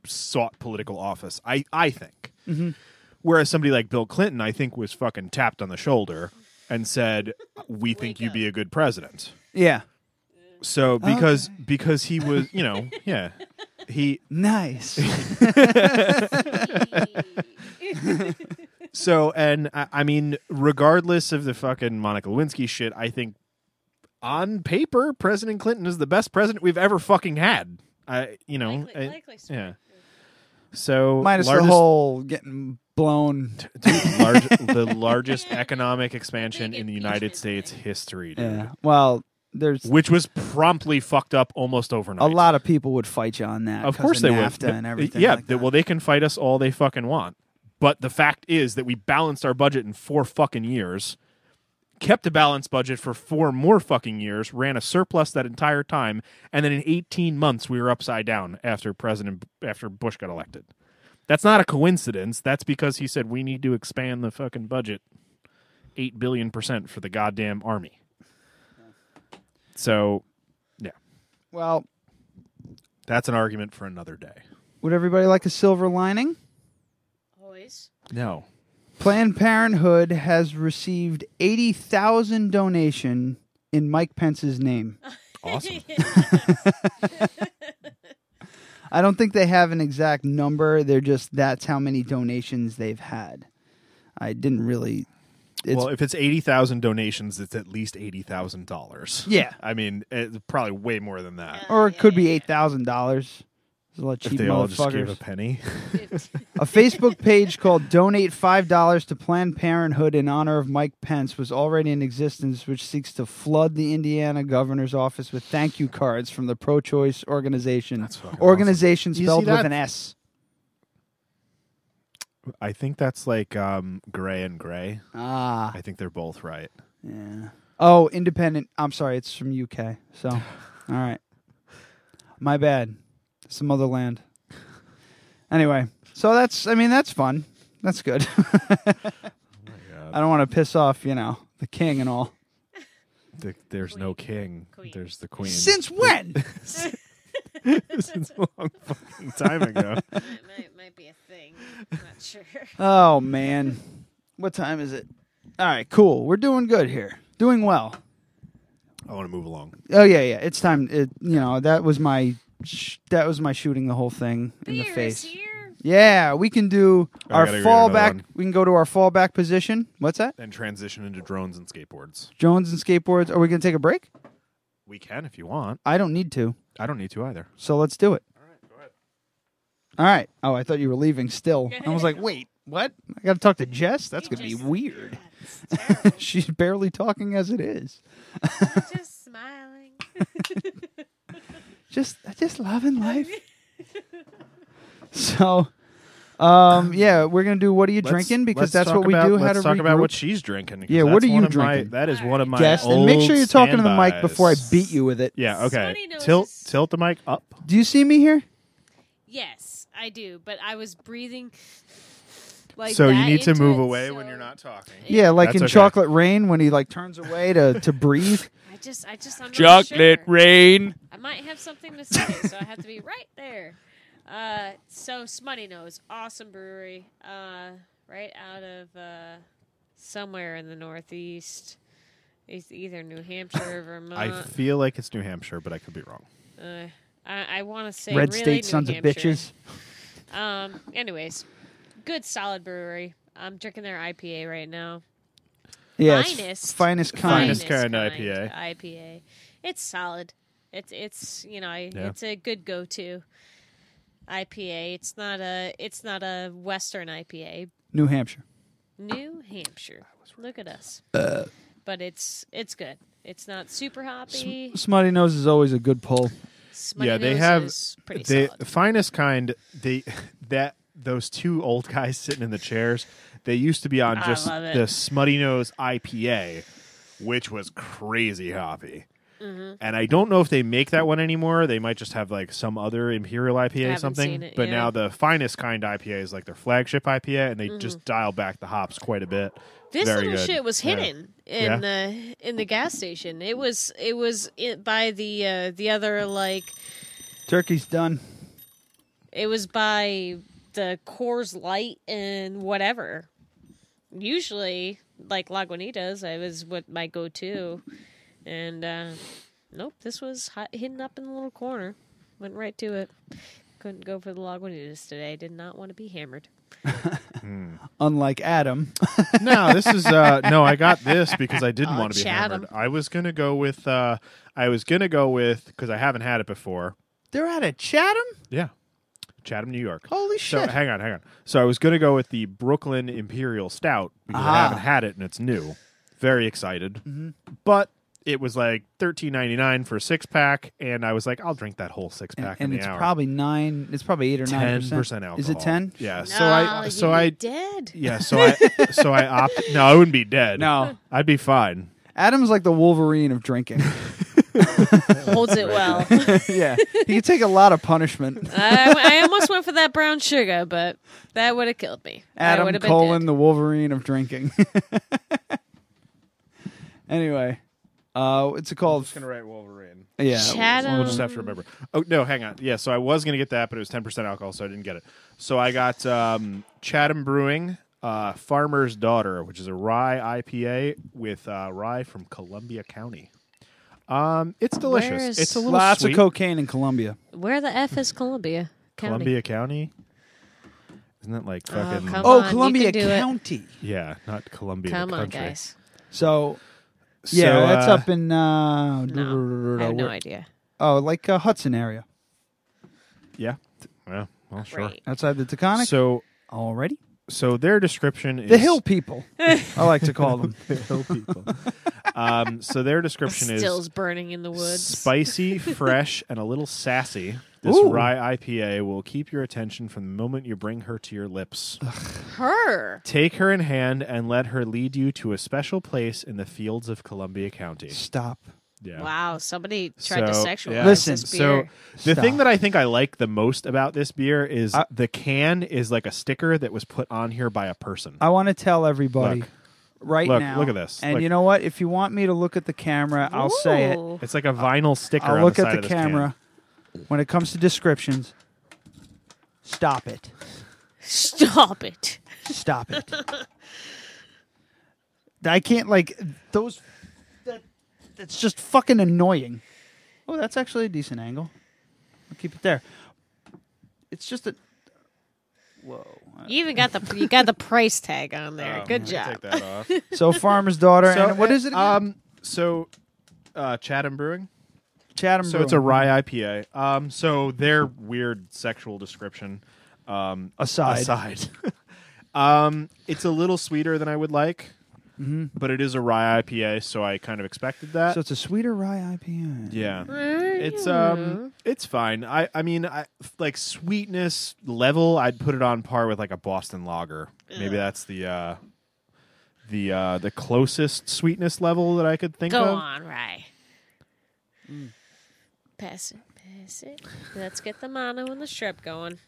sought political office. I I think. Whereas somebody like Bill Clinton, I think, was fucking tapped on the shoulder and said, "We think you'd be a good president." yeah So because because he was, you know, yeah, he nice So, and I, I mean, regardless of the fucking Monica Lewinsky shit, I think on paper, President Clinton is the best president we've ever fucking had. I, you know, Likely- I- likely story. yeah. So minus largest, the whole getting blown dude, large, the largest economic expansion Big in the impeachment United States thing. history, dude, yeah well there's which was promptly fucked up almost overnight. a lot of people would fight you on that of 'cause course they would. NAFTA and everything Yeah, like they- that. well, they can fight us all they fucking want. But the fact is that we balanced our budget in four fucking years, kept a balanced budget for four more fucking years, ran a surplus that entire time, and then in 18 months we were upside down after President after Bush got elected. That's not a coincidence. That's because he said we need to expand the fucking budget 8 billion percent for the goddamn army. So, yeah. well That's an argument for another day. Would everybody like a silver lining? Always. No. Planned Parenthood has received 80,000 donation in Mike Pence's name. Awesome. I don't think they have an exact number. They're just that's how many donations they've had. I didn't really it's well, if it's eighty thousand donations, it's at least eighty thousand dollars. Yeah. I mean, it's probably way more than that. or it could be $8,000. It's A lot of cheap If they all just gave motherfuckers. a penny, A Facebook page called Donate $5 to Planned Parenthood in honor of Mike Pence was already in existence, which seeks to flood the Indiana governor's office with thank you cards from the pro choice organization. That's fucking organization awesome. You see spelled with that? an S. I think that's like um, gray and gray. Ah. I think they're both right. Yeah. Oh, independent. I'm sorry. It's from UK. So, all right. My bad. Some other land. Anyway, so that's, I mean, that's fun. That's good. I don't want to piss off, you know, the king and all. The, there's no king. Queen. There's the queen. Since when? Since a long fucking time ago. Might, might, might be a thing. I'm not sure. Oh man. What time is it? All right, cool. We're doing good here. Doing well. I want to move along. Oh yeah, yeah. It's time it you know, that was my sh- that was my shooting the whole thing in the Beer is face. here. Yeah, we can do I our gotta go to another fallback. one. We can go to our fallback position. What's that? And transition into drones and skateboards. Jones and skateboards. Are we going to take a break? We can if you want. I don't need to. I don't need to either. So let's do it. All right. Oh, I thought you were leaving still. I was like, "Wait, what? I got to talk to Jess? That's going to be Just- weird." God, it's terrible. She's barely talking as it is. Just smiling. just just loving life. so, um, yeah, we're gonna do. What are you Let's- drinking? Because let's that's talk what we about, do. How let's to talk about regroup. what she's drinking. 'cause Yeah, that's what are you one of my- drinking? that is one of my guest, and make old sure you're talking to the mic standbys. before I beat you with it. Yeah. Okay. Smutty noses. Tilt tilt the mic up. Do you see me here? Yes, I do, but I was breathing Like so you that need to into move it, away so when you're not talking. Yeah, like That's in okay. Chocolate Rain when he like turns away to to breathe. I just, I just, I'm not Chocolate sure. rain. I might have something to say, so I have to be right there. Uh, so Smutty Nose, awesome brewery, uh, right out of uh, somewhere in the Northeast. It's either New Hampshire or I Vermont. feel like it's New Hampshire, but I could be wrong. Uh, I, I want to say Red really State New sons of Hampshire. bitches. Um. Anyways, good solid brewery. I'm drinking their IPA right now. Yeah, it's finest, finest kind. Finest kind of IPA. IPA. It's solid. It's it's you know I- Yeah. it's a good go to IPA. It's not a it's not a Western IPA. New Hampshire. New Hampshire. Look at us. Uh, but it's it's good. It's not super hoppy. Smutty Nose is always a good pull. Smutty yeah, they Nose have is pretty the solid. finest kind. They that those two old guys sitting in the chairs. They used to be on I just love it. the Smutty Nose IPA, which was crazy hoppy. Mm-hmm. And I don't know if they make that one anymore. They might just have like some other Imperial IPA or Haven't something. seen it, but yeah. now the finest kind IPA is like their flagship IPA, and they just dial back the hops quite a bit. Mm-hmm. This Very little good. shit was Yeah. hidden in the in the gas station. It was it was it, by the uh, the other like Turkey's done. It was by the Coors Light and whatever. Usually, like Lagunitas, I was what my go-to, and uh, nope, this was hi- hidden up in the little corner. Went right to it. Couldn't go for the Lagunitas today. Did not want to be hammered. Unlike Adam. no, this is uh no, I got this because I didn't Oh, want to be Chatham. hammered. I was gonna go with uh I was gonna go with cuz I haven't had it before. They're out of Chatham? Yeah. Chatham, New York. Holy So shit. hang on, hang on. So I was gonna go with the Brooklyn Imperial Stout because I Ah. Mm-hmm. haven't had it and it's new. Very excited. But it was like thirteen ninety nine for a six pack, and I was like, I'll drink that whole six And, pack and in it's the hour. probably nine. It's probably eight or nine ten percent. percent alcohol. Is it ten? Yeah. so I No, so you'd Ah, be I dead. yeah, so I so I opted no, I wouldn't be dead. No. I'd be fine. Adam's like the Wolverine of drinking. Holds it well. yeah, he could take a lot of punishment. I, I almost went for that brown sugar, but that would have killed me. I Adam would've been Colon, dead. the Wolverine of drinking. anyway, uh, what's it called? gonna write Wolverine. Yeah, Chatham. We'll just have to remember. Oh no, hang on. Yeah, so I was gonna get that, but it was ten percent alcohol, so I didn't get it. So I got um, Chatham Brewing, uh, Farmer's Daughter, which is a rye IPA with uh, rye from Columbia County. Um, it's delicious. is- It's a little lots sweet. of cocaine in Colombia. Where the f is Columbia? County? Uh, Columbia County. Isn't that like fucking? come Oh, on, you Columbia can do it. County. yeah, not Columbia. Come on, country. guys. So yeah, So, that's uh, up in uh, No, I have no idea. oh, like uh, Hudson area Yeah. Yeah. Well, sure. Great. outside the Taconic. So, Already, so their description is the hill people. I like to call them. Um, so their description is Stills burning in the woods. Spicy, fresh, and a little sassy. This Ooh. rye IPA will keep your attention from the moment you bring her to your lips. Her. Take her in hand and let her lead you to a special place in the fields of Columbia County. Stop. Yeah. Wow, somebody tried to So- sexualize yeah. Listen, this So beer. the Stop. thing that I think I like the most about this beer is I- the can is like a sticker that was put on here by a person. I want to tell everybody Look. right Look, now. look at this. And Look. you know what? If you want me to look at the camera, I'll say it. Ooh. it's like a vinyl sticker. I'll on look the side at of the this can. camera. When it comes to descriptions, stop it. Stop it. Stop it. I can't like those. That that's just fucking annoying. Oh, that's actually a decent angle. I'll keep it there. It's just a. Whoa. You even got the you got the price tag on there. Uh, Oh, Good I'll job. Take that off. So farmer's daughter. and what uh, is it? Again? Um, so uh, Chatham Brewing. Chatham. So it's a Brewing. rye IPA. Um, so their weird sexual description um, Aside. Aside, um, it's a little sweeter than I would like, but it is a rye IPA, so I kind of expected that. Mm-hmm. So it's a sweeter rye IPA. yeah, it's um, it's fine. I, I mean, I like sweetness level. I'd put it on par with like a Boston Lager. Maybe that's the uh, the uh, the closest sweetness level that I could think Go of. Mm. on, Rye. Pass it, pass it. Let's get the mono and the strip going.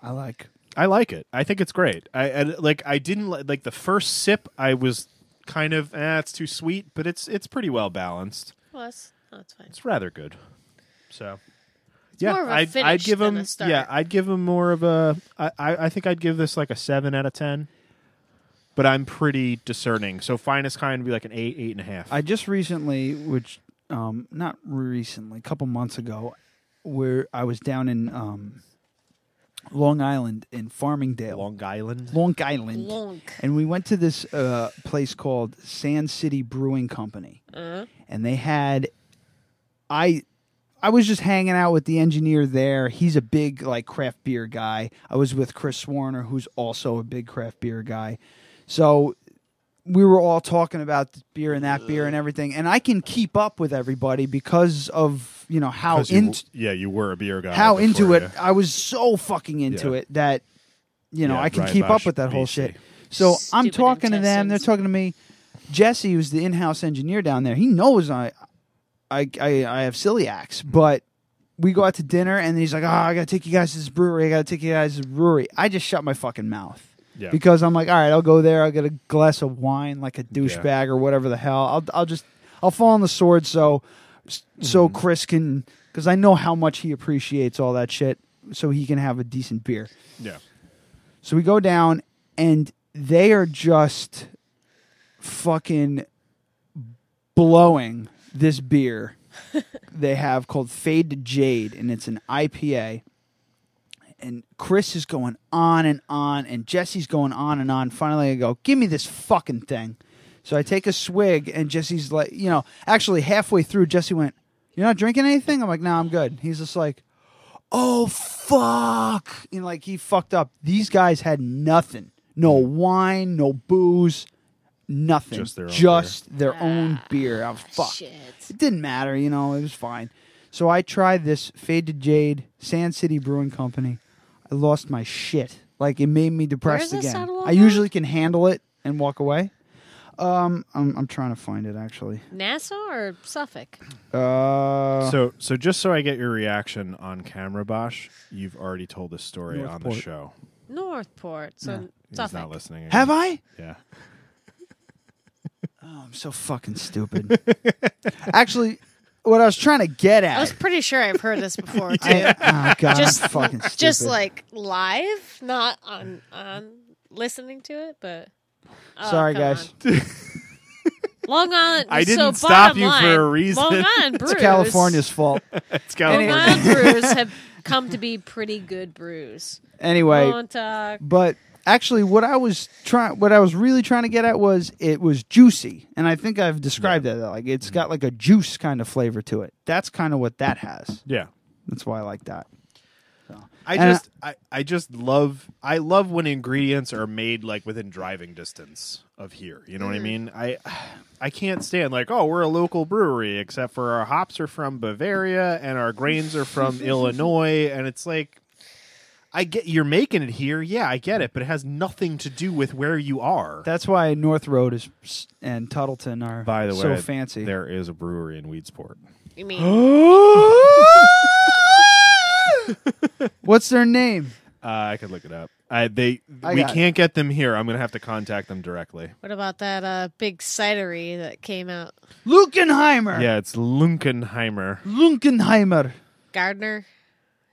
I like. I like it. I think it's great. I, I like. I didn't li- like the first sip. I was kind of ah, it's too sweet, but it's it's pretty well balanced. Well, that's, no, that's oh, fine. It's rather good. So, yeah, more of a I'd, I'd finish give than him. a start. Yeah, I'd give him more of a. I, I I think I'd give this like a seven out of ten. But I'm pretty discerning, so finest kind would be like an eight, eight and a half. I just recently, which um, not recently, a couple months ago, where I was down in um, Long Island in Farmingdale, Long Island. Long Island, Long. and we went to this uh, place called Sand City Brewing Company, and they had I. I was just hanging out with the engineer there. He's a big like craft beer guy. I was with Chris Warner, who's also a big craft beer guy. So we were all talking about this beer and that beer and everything, and I can keep up with everybody because of you know how 'Cause you- into yeah, you were a beer guy. how into before, it yeah. I was so fucking into Yeah. it that you know Yeah, I can Ryan keep Bosch, up with that whole BC. shit. So I'm Stupid talking to them, they're intestines. talking to me. Jesse, who's the in-house engineer down there, he knows I I I, I have celiacs, but we go out to dinner and he's like, "Oh, I gotta take you guys to this brewery. I gotta take you guys to this brewery." I just shut my fucking mouth. Yeah. Because I'm like, all right, I'll go there. I'll get a glass of wine, like a douchebag or whatever the hell. I'll I'll just I'll fall on the sword so so Chris can because I know how much he appreciates all that shit, so he can have a decent beer. Yeah. So we go down, and they are just fucking blowing this beer they have called Fade to Jade, and it's an IPA. And Chris is going on and on, and Jesse's going on and on. Finally, I go, Give me this fucking thing. So I take a swig, and Jesse's like, You know, actually, halfway through, Jesse went, You're not drinking anything? I'm like, No, I'm good. He's just like, oh fuck you know like he fucked up these guys had nothing no wine no booze nothing Just their own Just their own beer i was fucked Ah, Shit. it didn't matter you know it was fine so i tried this fade to jade sand city brewing company i lost my shit like it made me depressed Where's this again at, Long i usually can handle it and walk away um i'm, I'm trying to find it actually Nassau or Suffolk? uh So, so just so I get your reaction on camera, Bosch, you've already told this story on the Northport. show. Northport. So He's Suffolk. not listening. have i Oh, Yeah. I'm so fucking stupid. Actually, what I was trying to get I was at. pretty sure I've heard this before too. I, oh god, Just- I'm fucking stupid. Just like live, not on on listening to it, but Oh, sorry come guys, on. Long Island. I didn't so stop bottom you for line, a reason. Long Island brews. it's California's fault. It's Long California. Island brews have come to be pretty good brews. Anyway, Montauk. but actually, what I was trying, what I was really trying to get at was it was juicy, and I think I've described that like it's Mm-hmm. got like a juice kind of flavor to it. That's kind of what that has. Yeah. That's why I like that. I And I- just, I, I just love, I love when ingredients are made like within driving distance of here. You know Mm. what I mean? I, I can't stand like, oh, we're a local brewery, except for our hops are from Bavaria and our grains are from Illinois, and it's like. I get you're making it here, yeah, I get it, but it has nothing to do with where you are. That's why North Road is and Tuttleton are By the way, so fancy. There is a brewery in Weedsport. You mean What's their name? Uh, I could look it up. I, they I we got it. can't get them here. I'm gonna have to contact them directly. what about that uh, big cidery that came out? Lukenheimer. Yeah, it's Lunkenheimer. Lunkenheimer. Gardner,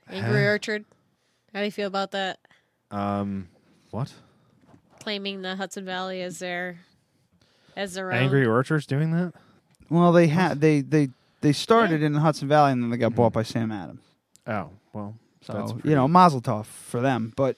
Angry Orchard. How do you feel about that? Um, what? Claiming the Hudson Valley as their as their own. Angry Orchard's doing that? Well, they had they they they started in the Hudson Valley and then they got bought by Sam Adams. Oh well, So Mm-hmm. that's you know, Mazel Tov for them. But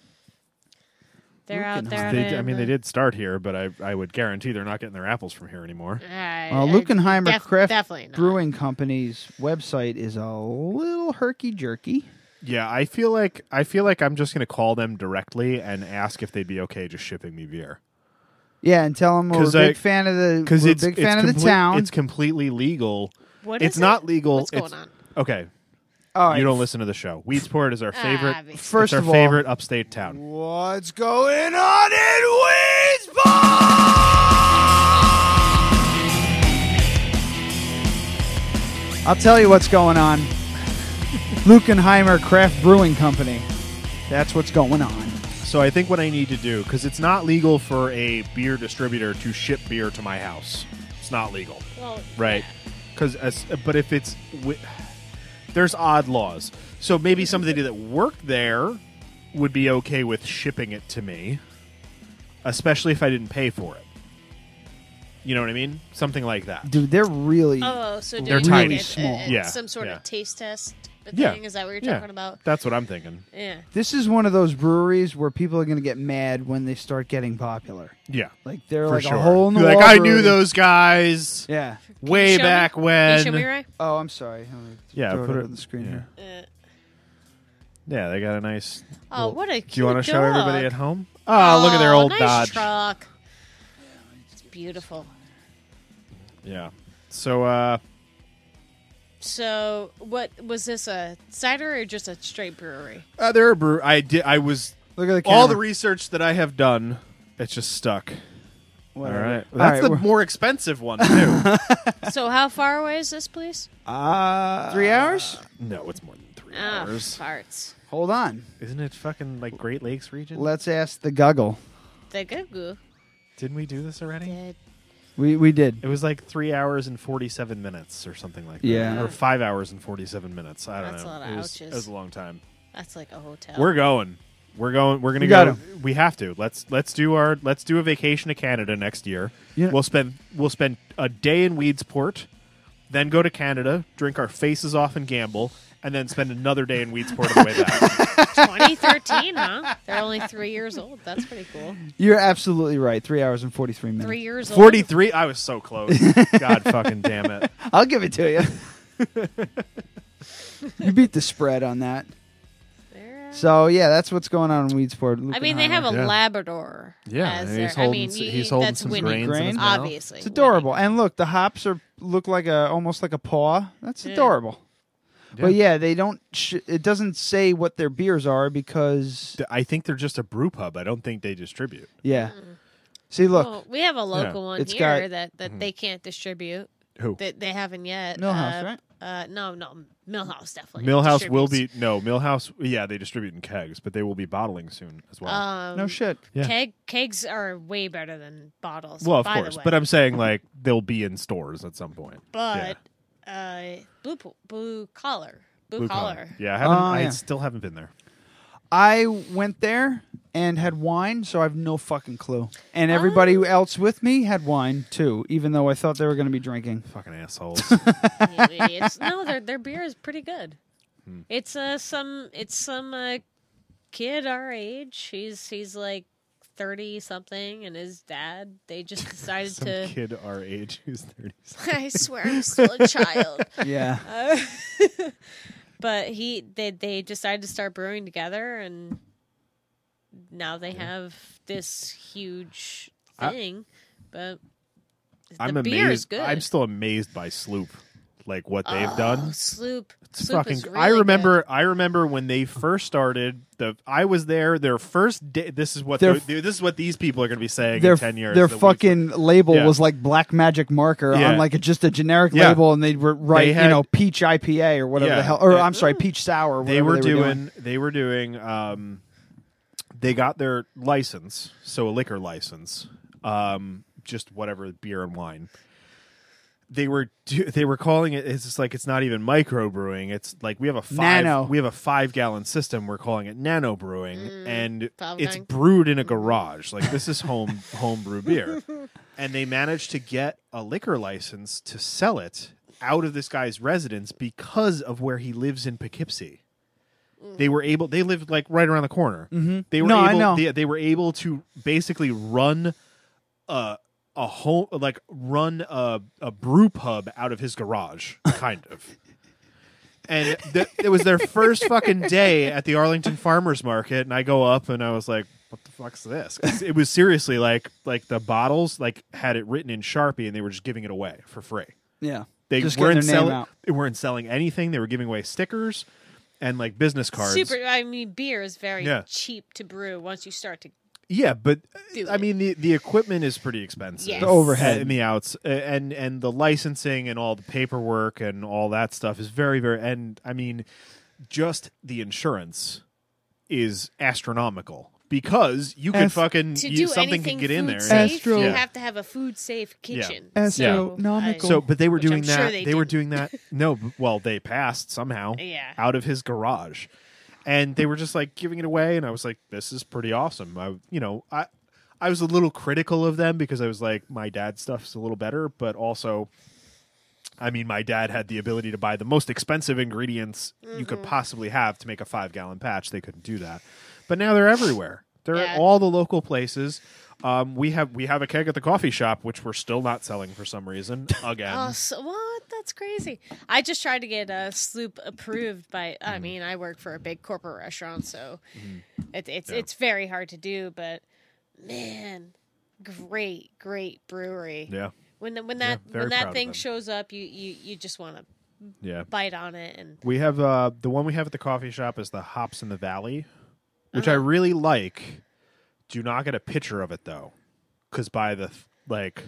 They're out there. pretty- they, I in mean, the- they did start here, but I I would guarantee they're not getting their apples from here anymore. I- uh, I- Lukenheimer def- Craft definitely not. Brewing Company's website is a little herky jerky. Yeah, I feel like I feel like I'm just gonna call them directly and ask if they'd be okay just shipping me beer Yeah, and tell them we're a 'Cause big I- fan of the because we're a it's big it's fan of the complete- town. It's completely legal. What it's is not it? legal. What's it's- going on? Okay, All right, you don't listen to the show. Weedsport is our Ah, favorite. obviously. it's First our of all- favorite upstate town. What's going on in Weedsburg? I'll tell you what's going on. Lukenheimer Craft Brewing Company. That's what's going on. So I think what I need to do, because it's not legal for a beer distributor to ship beer to my house. It's not legal, Well, right? Because but if it's wi- there's odd laws. So maybe somebody that worked there would be okay with shipping it to me, especially if I didn't pay for it. You know what I mean? Something like that. Dude, they're really. Oh, so They're doing like tiny. a- a- Small. a- Yeah, uh, some sort yeah. of taste test thing. Yeah. Is that what you're Yeah. talking about? That's what I'm thinking. Yeah. This is one of those breweries where people are going to get mad when they start getting popular. Yeah. Like they're for like sure. a whole new. like I knew those guys Yeah. way Show me- back can you when. show me right? Oh, I'm sorry. Let me Yeah, throw put it it- on the screen yeah. here. Uh, Yeah, they got a nice. Oh, what a cute Do you want to show everybody at dog. home? Oh, look at their Oh, old nice Dodge. truck. It's beautiful. Yeah. So, uh, So, what was this a cider or just a straight brewery? uh there are brew. I did. I was Look at the camera. all the research that I have done. It's just stuck. Whatever. All right. All That's right, the we're- more expensive one too. so, how far away is this place? Uh, three hours? no, it's more than three Ah, hours. farts. Hold on. Isn't it fucking like Great Lakes region? Let's ask the guggle. The goo Didn't we do this already? did. We we did. It was like three hours and forty-seven minutes, or something like that. Yeah. or five hours and forty-seven minutes. I don't That's know. a lot of it, was, ouches. Oh. it was a long time. That's like a hotel. We're going. We're going. We're gonna We go. got We have to. Let's let's do our let's do a vacation to Canada next year. You know- we'll spend we'll spend a day in Weedsport, then go to Canada, drink our faces off and gamble, and then spend another day in Weedsport on the way back. 2013, huh? They're only three years old. That's pretty cool. You're absolutely right. Three hours and forty three minutes. Three years old. Forty three. I was so close. God fucking damn it. I'll give it to you. you beat the spread on that. They're, uh, So yeah, that's what's going on in Weedsport. I mean, they have a Yeah. Labrador. Yeah, as he's their- I holding mean, s- you- he's holding that's some winning. grains in his mouth. Obviously, It's adorable. And look, the hops are look like a almost like a paw. That's Yeah. adorable. Yeah. But yeah, they don't. Sh- it doesn't say what their beers are because I think they're just a brew pub. I don't think they distribute. yeah. Mm. See, look, Well, we have a local Yeah. one It's here got- that, that they can't distribute. Who? That they haven't yet. Millhouse, uh, right? Uh, no, no, Millhouse definitely. Millhouse will be distributes. no Millhouse. Yeah, they distribute in kegs, but they will be bottling soon as well. Um, no shit. Yeah. Keg kegs are way better than bottles. Well, of by the course, way. but I'm saying like they'll be in stores at some point. but uh, blue po- blue collar, blue, collar. Yeah, I haven't. Oh, I yeah. still haven't been there. I went there and had wine, so I have no fucking clue. And everybody Oh. else with me had wine too, even though I thought they were going to be drinking. Fucking assholes. You idiots. no, their their beer is pretty good. Hmm. It's uh some it's some uh, kid our age. He's he's like thirty something, and his dad. They just decided some to. kid our age who's thirty. I swear, I'm still a child. Yeah. Uh, but he they they decided to start brewing together, and now they have this huge I- thing. but the I'm beer is amazed. good. I'm still amazed by Sloop, like what they've Oh, done. Sloop. It's Sloop fucking. is really I good. remember. I remember when they first started. The I was there. Their first day. This is what. Their- the- this is what these people are going to be saying Their, in ten years. their that we've- fucking label Yeah. was like black magic marker Yeah. on like a, just a generic Yeah. label, and they were right, They had- you know, peach IPA or whatever Yeah. the hell, or They- I'm sorry, peach sour. or they whatever were, doing, they were doing um they got their license so a liquor license um just whatever beer and wine they were do, they were calling it it's just like it's not even microbrewing it's like we have a five Nano. we have a 5 gallon system we're calling it nano brewing and Mm, five it's nine. brewed in a garage like this is home homebrew beer and they managed to get a liquor license to sell it out of this guy's residence because of where he lives in Poughkeepsie. They were able. They lived like right around the corner. Mm-hmm. They were No, I able. know. They, they were able to basically run a a home like run a a brew pub out of his garage, kind of. And th- it was their first fucking day at the Arlington Farmers Market, and I go up and I was like, "What the fuck's this?" 'Cause It was seriously like like the bottles like had it written in Sharpie, and they were just giving it away for free. Yeah. They just getting weren't their name selling. out. They weren't selling anything. They were giving away stickers and like business cards. Super. I mean, beer is very Yeah. cheap to brew once you start to. Yeah, but uh, Do I it. mean the the equipment is pretty expensive. Yes. The overhead. and the outs uh, and and the licensing and all the paperwork and all that stuff is very very and I mean just the insurance is astronomical because you could As- fucking to you- do something anything could get in food there. Safe, Astro- You Yeah. have to have a food safe kitchen. Astronomical. So, but they were Which I'm doing sure that. they They, were doing didn't. that. No, b- well, they passed somehow. Yeah. Out of his garage, and they were just like giving it away, and I was like, "This is pretty awesome." I, you know, I, I was a little critical of them because I was like, my dad's stuff's a little better, but also, I mean, my dad had the ability to buy the most expensive ingredients you Mm-hmm. could possibly have to make a five gallon patch. They couldn't do that, but now they're everywhere. They're at Yeah. all the local places. Um, we have we have a keg at the coffee shop, which we're still not selling for some reason. Again, Oh, so, what? That's crazy. I just tried to get a sloop approved by. I Mm-hmm. mean, I work for a big corporate restaurant, so it, it's Yeah. it's very hard to do. But man, great, great brewery. yeah, When the, when Yeah, that very when proud that of thing them. shows up, you you you just want to yeah. bite on it and We have uh, the one we have at the coffee shop is the Hops in the Valley, which I really like. Do not get a picture of it though, because by the th- like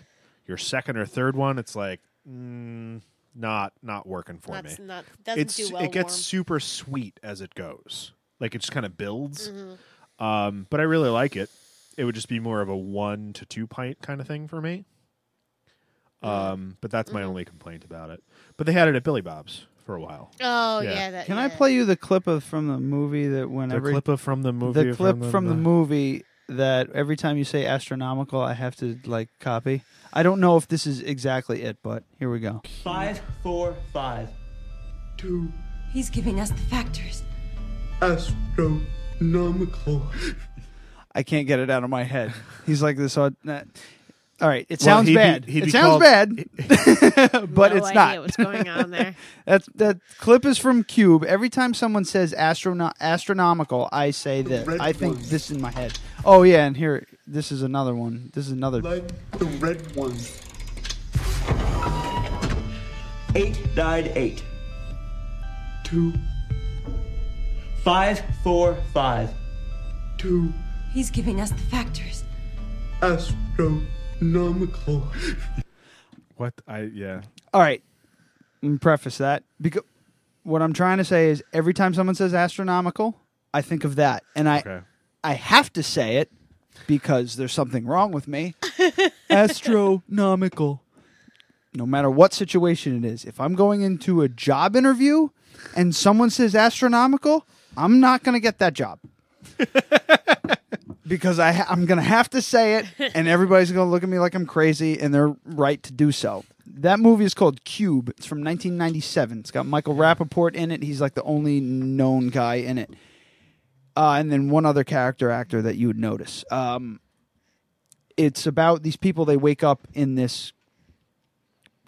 your second or third one, it's like mm, not not working for that's me. not doesn't It's do well. it gets warm. super sweet as it goes, like it just kind of builds. Mm-hmm. Um, but I really like it. It would just be more of a one to two pint kind of thing for me. Mm. Um, but that's my Mm-hmm. only complaint about it. But they had it at Billy Bob's for a while. Oh Yeah. yeah. that, Can I yeah. play you the clip of from the movie that The whenever clip of from the movie. the clip from the movie that every time you say astronomical, I have to like copy. I don't know if this is exactly it, but here we go. Five, four, five. Two He's giving us the factors. astronomical. I can't get it out of my head. He's like this. Odd, nah. All right, it Well, sounds he'd be- bad. he'd it be sounds called- bad, but No it's idea not. what's going on there. That's that clip is from Cube. Every time someone says astrono- astronomical, I say this. red I think ones. this in my head. Oh yeah, and here this is another one. This is another. Like the red ones. Eight died eight. Two. Five, four, five. Two He's giving us the factors. astronomical. What I yeah. All right, let me preface that because what I'm trying to say is every time someone says astronomical, I think of that, and I Okay. I have to say it because there's something wrong with me. Astronomical. No matter what situation it is, if I'm going into a job interview and someone says astronomical, I'm not going to get that job. because I ha- I'm going to have to say it and everybody's going to look at me like I'm crazy and they're right to do so. That movie is called Cube. It's from 1997. It's got Michael Rappaport in it. He's like the only known guy in it uh, and then one other character actor that you would notice. Um, it's about these people. They wake up in this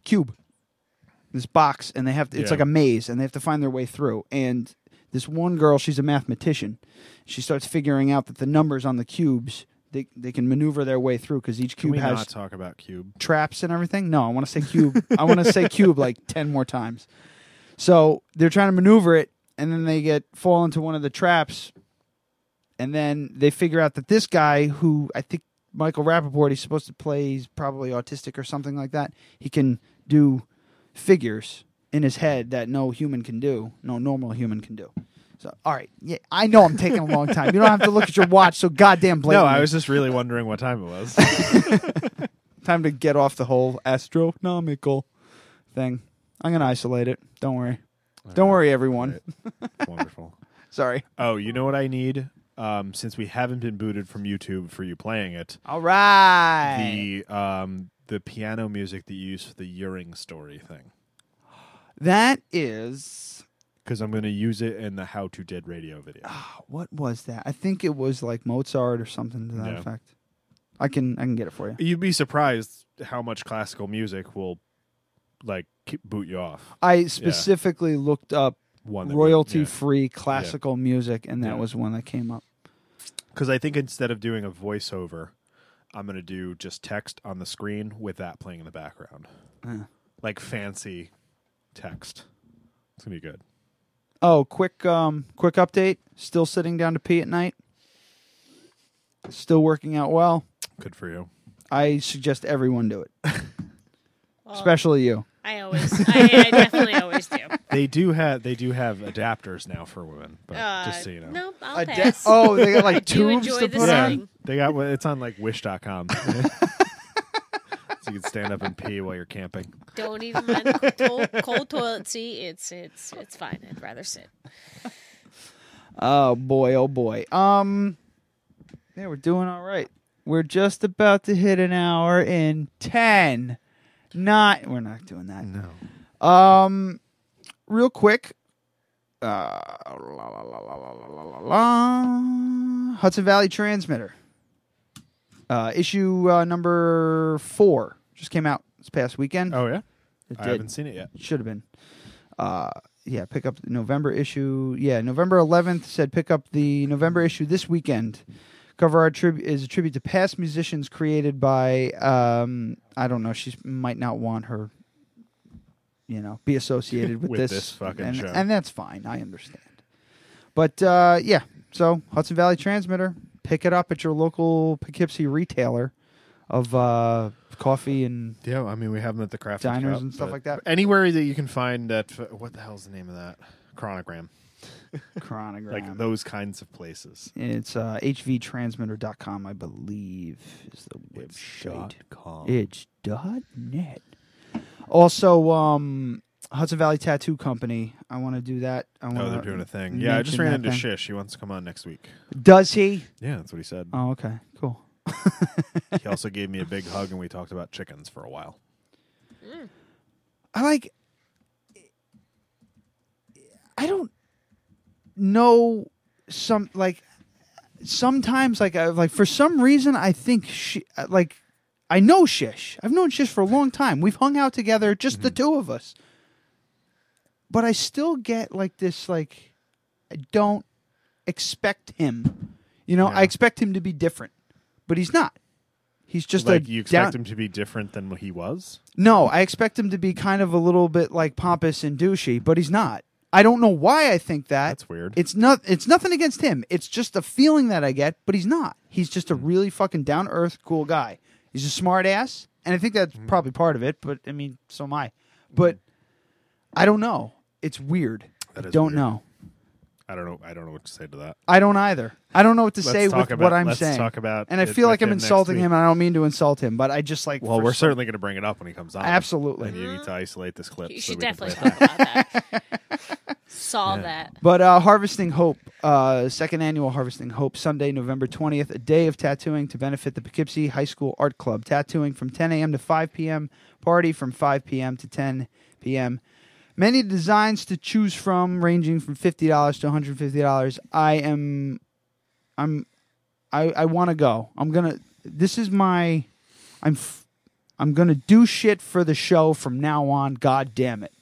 cube, this box, and they have to, it's Yeah. like a maze, and they have to find their way through. And this one girl, she's a mathematician. She starts figuring out that the numbers on the cubes they they can maneuver their way through because each Can cube we has not talk about Cube? traps and everything. No, I want to say cube. I want to say cube like 10 more times. So they're trying to maneuver it and then they get fall into one of the traps and then they figure out that this guy who I think Michael Rappaport he's supposed to play he's probably autistic or something like that. He can do figures in his head that no human can do, no normal human can do. So all right, yeah, I know I'm taking a long time. You don't have to look at your watch so goddamn No, blatantly. I was just really wondering what time it was. time to get off the whole astronomical thing. I'm gonna isolate it. Don't worry. Don't worry, everyone. Wonderful. Sorry. Oh, you know what I need? Um, since we haven't been booted from YouTube for you playing it, All right. the um the piano music that you use for the Uring story thing. that is Because I'm going to use it in the How to Dead radio video. what was that? I think it was like Mozart or something to that Yeah. effect. I can I can get it for you. You'd be surprised how much classical music will like keep- boot you off. I specifically looked up One that we- royalty yeah. free classical music, and that Yeah. was one that came up. Because I think instead of doing a voiceover, I'm going to do just text on the screen with that playing in the background. Like fancy text. It's going to be good. Oh, quick um quick update. Still sitting down to pee at night. Still working out well. Good for you. I suggest everyone do it. Especially you. I always, I, I definitely always do. They do have they do have adapters now for women, but Uh, just so you know. No, I'll I'll a pass. oh, they got like Do you tubes enjoy to the put sun? on. Yeah, Stunning. they got one- it's on like wish.com. so you can stand up and pee while you're camping. Don't even mind the cold, cold toilet seat. It's it's it's fine. I'd rather sit. Oh boy, oh boy. Um Yeah, we're doing all right. We're just about to hit an hour in 10. Not we're not doing that. No. Um real quick. Uh la, la, la, la, la, la, la, la, la. Hudson Valley Transmitter. Uh issue uh, number 4 just came out this past weekend. Oh yeah? It I did. haven't seen it yet. Should have been. Uh, yeah, pick up the November issue. Yeah, November 11th said pick up the November issue this weekend. Cover art trib- is a tribute to past musicians created by, um, I don't know, she might not want her, you know, be associated with, With this. this fucking and, show. and that's fine. I understand. But uh, yeah, so Hudson Valley Transmitter, pick it up at your local Poughkeepsie retailer of uh, coffee and Yeah, I mean we have them at the craft Diners and stuff like that. Anywhere that you can find that f- what the hell's the name of that? Chronogram. chronogram. Like those kinds of places. It's uh, hvtransmitter.com, I believe, is the website. It's dot net. Also, um, Hudson Valley Tattoo Company. I want to do that. I want Oh, they're doing a thing. Yeah, I just ran into Shish. He wants to come on next week. Does he? Yeah, that's what he said. Oh, okay, cool. he also gave me a big hug, and we talked about chickens for a while. I like. I don't know some like sometimes like I, like for some reason I think she like I know Shish. I've known Shish for a long time. We've hung out together, just Mm-hmm. the two of us. But I still get like this like I don't expect him. You know, I Yeah. expect him to be different, but he's not. He's just like a you expect down- him to be different than what he was. no, I expect him to be kind of a little bit like pompous and douchey, but he's not. I don't know why I think that. That's weird. It's not. It's nothing against him. It's just a feeling that I get, but he's not. He's just a really fucking down to earth, cool guy. He's a smart ass, and I think that's Mm-hmm. probably part of it. But I mean, so am I. But I don't know. It's weird. That I is don't weird. know. I don't know. I don't know what to say to that. I don't either. I don't know what to Let's say talk with about- what I'm let's saying. talk about and I it feel like with I'm him next insulting him, week. and I don't mean to insult him, but I just like. Well, for we're some- certainly going to bring it up when he comes on. Absolutely. And you need to isolate this clip. You so should we can play definitely it talk about that. Saw that. But uh, Harvesting Hope, uh, second annual Harvesting Hope, Sunday, November 20th, a day of tattooing to benefit the Poughkeepsie High School Art Club. Tattooing from 10 a.m. to 5 p.m., party from 5 p.m. to 10 p.m. Many designs to choose from, ranging from $50 to $150. I am, I'm, I, I want to go. I'm going to, this is my, I'm, f- I'm going to do shit for the show from now on. God damn it.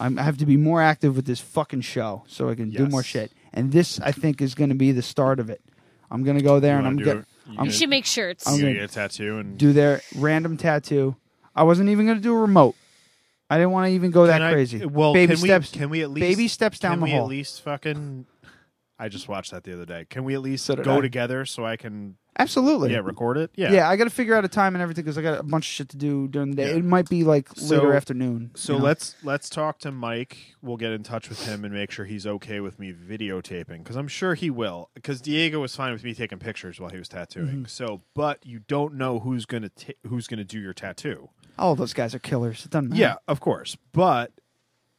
I'm, I have to be more active with this fucking show so I can do more Yes. shit. And this, I think, is going to be the start of it. I'm going to go there and wanna I'm do going it? You I'm You should make shirts. I'm You gonna- get a tattoo and do their random tattoo. I wasn't even going to do a remote. I didn't want to even go Can that I- crazy. Well, baby can steps. We, can we at least baby steps down can the we hole? At least fucking. I just watched that the other day. Can we at least So did go I. together so I can Absolutely. yeah record it? Yeah. Yeah. I got to figure out a time and everything because I got a bunch of shit to do during the day. Yeah. It might be like So- later afternoon. So you know? let's let's talk to Mike. We'll get in touch with him and make sure he's okay with me videotaping because I'm sure he will. Because Diego was fine with me taking pictures while he was tattooing. Mm-hmm. So, but you don't know who's gonna ta- who's gonna do your tattoo. all those guys are killers. It doesn't matter. Yeah, of course. But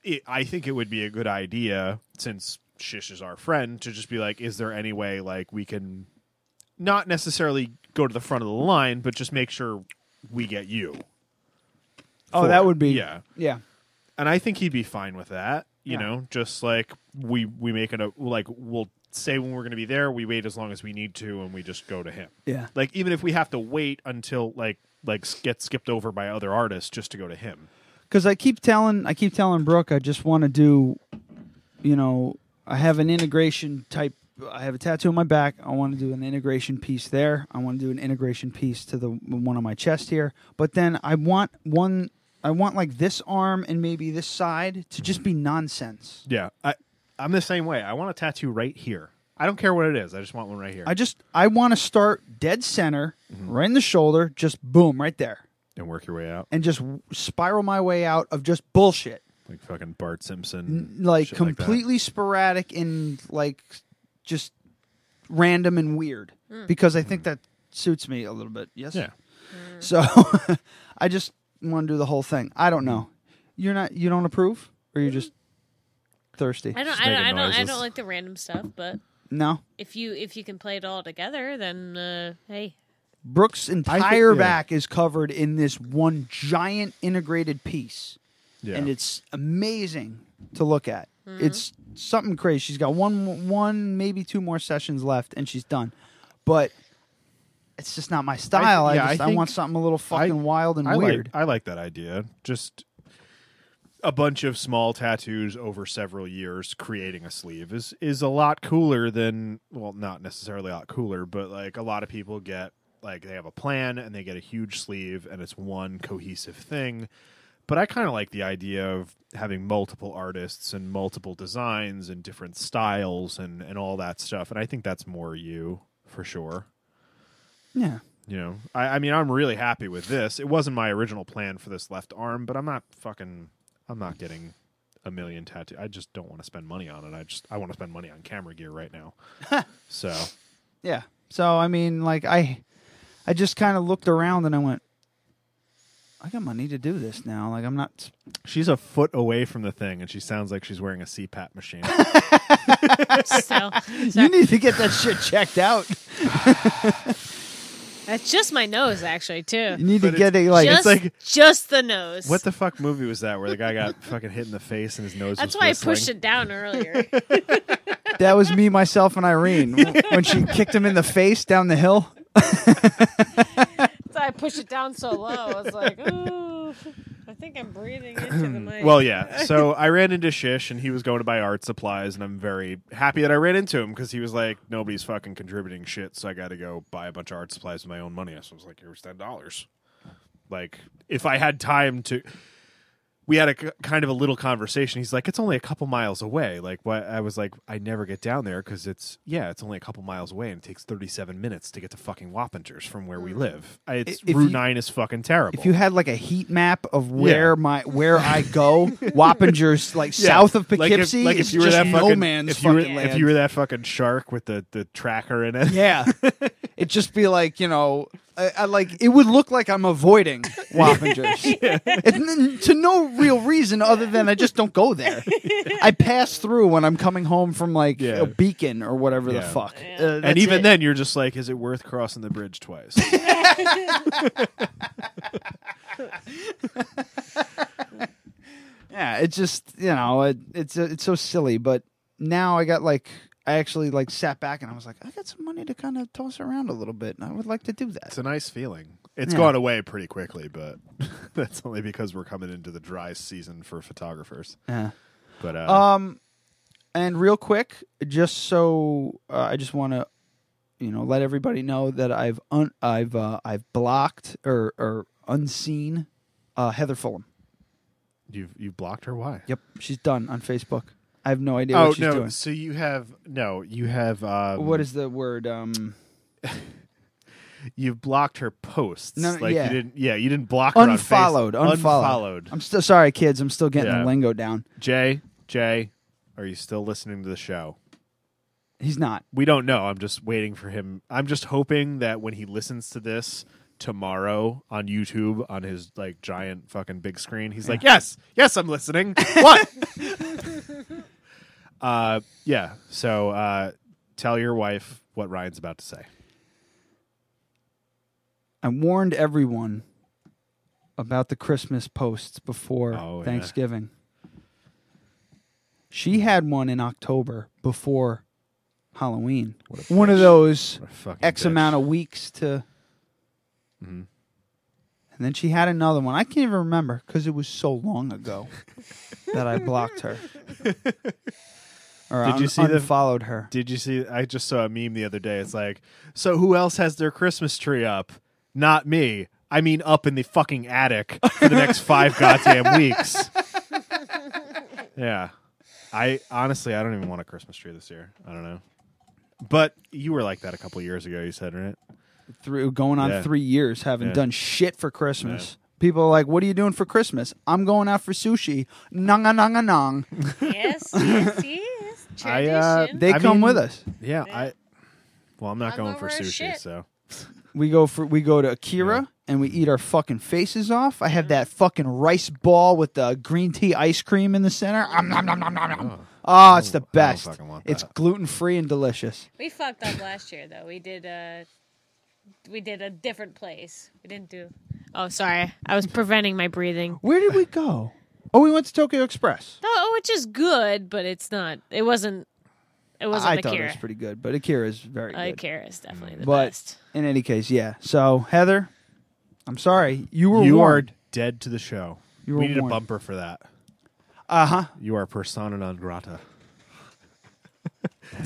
it, I think it would be a good idea since Shish is our friend to just be like, is there any way like we can not necessarily go to the front of the line, but just make sure we get you. Oh, for that it. would be. yeah, Yeah. and I think he'd be fine with that. You Yeah. know, just like we we make it a like we'll say when we're going to be there. We wait as long as we need to, and we just go to him. Yeah. Like even if we have to wait until like like s- get skipped over by other artists just to go to him. because I keep telling I keep telling Brooke I just want to do, you know, I have an integration type. I have a tattoo on my back. I want to do an integration piece there. I want to do an integration piece to the one on my chest here. But then I want one. I want like this arm and maybe this side to just be nonsense. Yeah, I I'm the same way. I want a tattoo right here. I don't care what it is. I just want one right here. I just I want to start dead center, Mm-hmm. right in the shoulder, just boom right there, and work your way out and just spiral my way out of just bullshit. Mm. like fucking Bart Simpson. like shit that. completely sporadic and like just random and weird Hmm. because I think that suits me a little bit. Yes. Mm-hmm. Yeah. Hmm. So I just want to do the whole thing. I don't know. Mm-hmm. You're not. You don't approve, or you're just thirsty. I don't, Just I don't, I making don't, I don't noises. like the random stuff, but No. if you if you can play it all together, then uh, hey, Brooks' think- entire yeah. back is covered in this one giant integrated piece, Yeah. and it's amazing to look at. It's something crazy. She's got one, one maybe two more sessions left, and she's done. But it's just not my style. I, yeah, I just I, think- want something a little fucking wild and I weird. Like, I like that idea. Just a bunch of small tattoos over several years creating a sleeve is is a lot cooler than well, not necessarily a lot cooler, but like a lot of people get like they have a plan and they get a huge sleeve and it's one cohesive thing. But I kind of like the idea of having multiple artists and multiple designs and different styles and and all that stuff. And I think that's more you for sure yeah. you know I, I mean i'm really happy with this it wasn't my original plan for this left arm but i'm not fucking i'm not getting a million tattoo i just don't want to spend money on it i just i want to spend money on camera gear right now so Yeah. So I mean, like I, I just kind of looked around and I went, I got money to do this now. Like I'm not. she's a foot away from the thing and she sounds like she's wearing a cpap machine so, You need to get that shit checked out. that's just my nose actually too. You need to But get it like just, like- just the nose. what the fuck movie was that where the guy got fucking hit in the face and his nose That's was why whistling? I pushed it down earlier. that was me, myself, and Irene w- when she kicked him in the face down the hill. so I pushed it down so low. I was like, ooh, I think I'm breathing into the mic. Well, yeah. So I ran into Shish, and he was going to buy art supplies, and I'm very happy that I ran into him because he was like, "Nobody's fucking contributing shit, so I got to go buy a bunch of art supplies with my own money." So I was like, "Here's ten dollars." Like, if I had time to, we had a k- kind of a little conversation. He's like, "It's only a couple miles away." Like, what? I was like, "I never get down there because it's yeah, it's only a couple miles away, and it takes 37 minutes to get to fucking Wappingers from where we live. I- It's If Route you- Nine is fucking terrible." If you had like a heat map of where my where I go, Wappinger's like Yeah. south of Like if- Poughkeepsee, like it's just no fucking- man's if you were, fucking land. If you were that fucking shark with the, the tracker in it, yeah, it'd just be like you know, I, I like it would look like I'm avoiding Wappingers And then to no real reason other than I just don't go there. I pass through when I'm coming home from like Yeah. a beacon or whatever the Yeah. fuck. Uh, and that's even it. then you're just like, is it worth crossing the bridge twice? Yeah, it's just you know it, it's it's so silly. But now I got like I actually like sat back and I was like I got some money to kind of toss around a little bit, and I would like to do that. it's a nice feeling. It's Yeah. gone away pretty quickly, but that's only because we're coming into the dry season for photographers. Yeah. But uh, Um, and real quick, just so uh, I just want to you know let everybody know that I've un- I've uh, I've blocked or or unseen uh, Heather Fulham. you've you blocked her. Why? Yep, she's done on Facebook. I have no idea Oh what she's no! doing. So you have no, you have um, What is the word? Um, you've blocked her posts. No, like yeah. you didn't. Yeah, you didn't block her on Face- unfollowed, unfollowed. Unfollowed. I'm still sorry, kids. I'm still getting Yeah. the lingo down. Jay, Jay, are you still listening to the show? He's not. we don't know. I'm just waiting for him. I'm just hoping that when he listens to this tomorrow on YouTube on his like giant fucking big screen, he's like, "Yes, yes, I'm listening." What? uh, yeah. So uh, tell your wife what Ryan's about to say. I warned everyone about the Christmas posts before Oh, yeah. Thanksgiving. She had one in October before Halloween. One of those What a fucking X bitch. Mm-hmm. amount of weeks to. And then she had another one. I can't even remember because it was so long ago that I blocked her. Or Did you un- see the- unfollowed her? Did you see? I just saw a meme the other day. It's like, so who else has their Christmas tree up? Not me. I mean, up in the fucking attic for the next five goddamn weeks. yeah, I honestly, I don't even want a Christmas tree this year. I don't know. But you were like that a couple years ago. You said, right? through going on Yeah. three years having Yeah. done shit for Christmas. People are like, "What are you doing for uh, Christmas?" I'm going out for sushi. Nong nong nong. yes, yes, yes. I uh, Tradition. They I come mean, with us. Yeah, I. Well, I'm not I'm going for over as sushi, shit. so We go for we go to Akira and we eat our fucking faces off. I had that fucking rice ball with the green tea ice cream in the center. Om, nom, nom, nom, nom, nom. Oh, it's the best. fucking want It's that. gluten free and delicious. We fucked up last year though. We did uh we did a different place. We didn't do Oh, sorry. I was preventing my breathing. Where did we go? Oh, we went to Tokyo Express. Oh, which is good, but it's not. It wasn't it wasn't I Akira. Uh, thought it was pretty good, but Akira is very good. Akira is definitely the But- best. In any case, yeah. So Heather, I'm sorry, you were you warned. are dead to the show. You were we need warned. a bumper for that. Uh huh. You are persona non grata.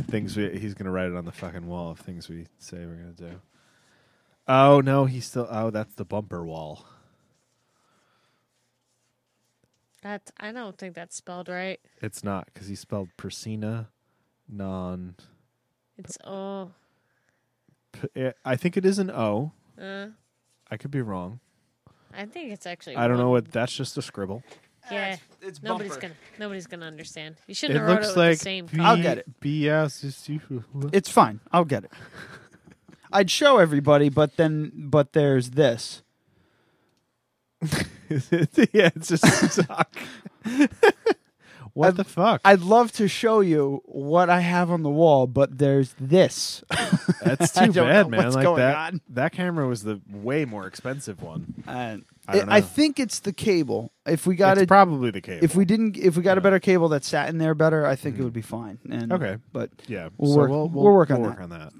things we, he's gonna write it on the fucking wall of things we say we're gonna do. Oh no, he's still. Oh, that's the bumper wall. That's I don't think that's spelled right. It's not because he spelled persona non. It's oh p- I think it is an O. uh, I could be wrong. I think it's actually I don't know one. what. That's just a scribble. Yeah. It's Nobody's bumper. gonna nobody's gonna understand. You It shouldn't have wrote looks it with like. the same B- color. I'll get it. B-S-S-U- It's fine. I'll get it. I'd show everybody, but then but there's this. yeah, it's just sock. what I'd- the fuck? I'd love to show you what I have on the wall, but there's this. That's I too don't bad, know man. what's like going that. on. That camera was the way more expensive one. And I don't it- I know. think it's the cable. If we got That's it, probably the cable. if we didn't, if we got a better cable that sat in there better, I think it would be fine. And, Mm-hmm. Okay. but yeah, we'll so work. We'll, we'll work on we'll that.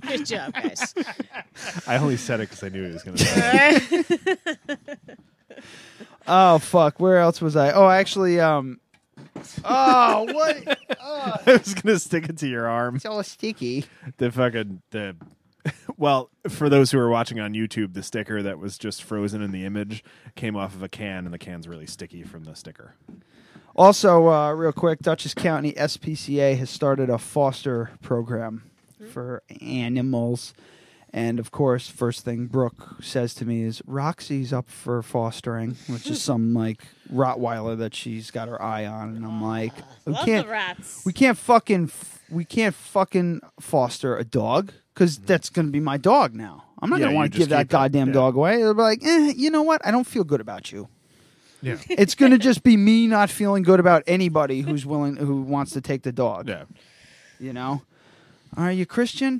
Good job, guys. I only said it because I knew he was going to. say it. Oh fuck! Where else was I? Oh, actually, um, oh what? I was going to stick it to your arm. It's all sticky. The fucking the. Well, for those who are watching on YouTube, the sticker that was just frozen in the image came off of a can, and the can's really sticky from the sticker. Also, uh, real quick, Dutchess County SPCA has started a foster program Mm-hmm. for animals. And of course, first thing Brooke says to me is Roxy's up for fostering, which is some like Rottweiler that she's got her eye on, and I'm like, we Ah, Love can't, the rats. we can't fucking, f- we can't fucking foster a dog because that's gonna be my dog now. I'm not Mm-hmm. Yeah, gonna you want to just give that keep it, goddamn yeah. dog away. They'll be like, eh, you know what? I don't feel good about you Yeah, it's going to just be me not feeling good about anybody who's willing who wants to take the dog. yeah. You know? Are you Christian?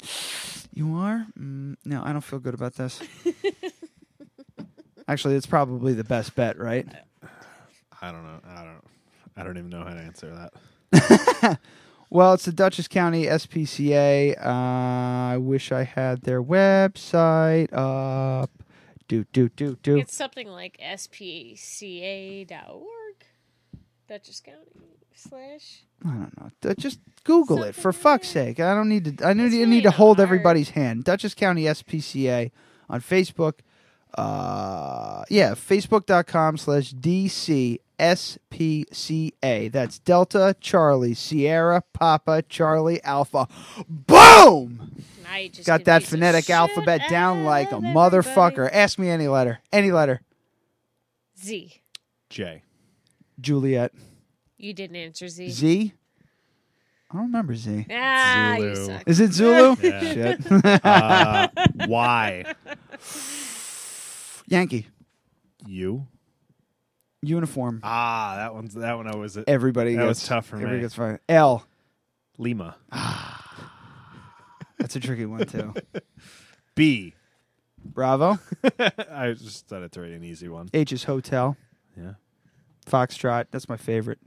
You are? Mm, no, I don't feel good about this. Actually, it's probably the best bet, right? I don't know. I don't. I don't even know how to answer that. Well, it's the Dutchess County SPCA. Uh, I wish I had their website up. Do do do do. It's something like spaca.org, Dutchess County slash. I don't know. D- Just Google it for Something fuck's there. sake. I don't need to. I need, It's I really need to not hold hard. everybody's hand. Dutchess County SPCA on Facebook. Uh, yeah, facebook.com slash DCSPCA. That's Delta Charlie Sierra Papa Charlie Alpha. Boom! Now you just Got that confuse the phonetic shit alphabet down out like a of motherfucker. everybody. Ask me any letter. Any letter. Z. Jay. Juliet. You didn't answer Z. Z? I don't remember Z. Ah, you Zulu. suck. Is it Zulu? Yeah. Shit. Uh, why Yankee. you? uniform. Ah, that one's that one. I was at Everybody that gets was tough for everybody me. gets fired. L. Lima. That's a tricky one too. B. Bravo. I just thought it's already an easy one. H is hotel. Yeah. Foxtrot. That's my favorite.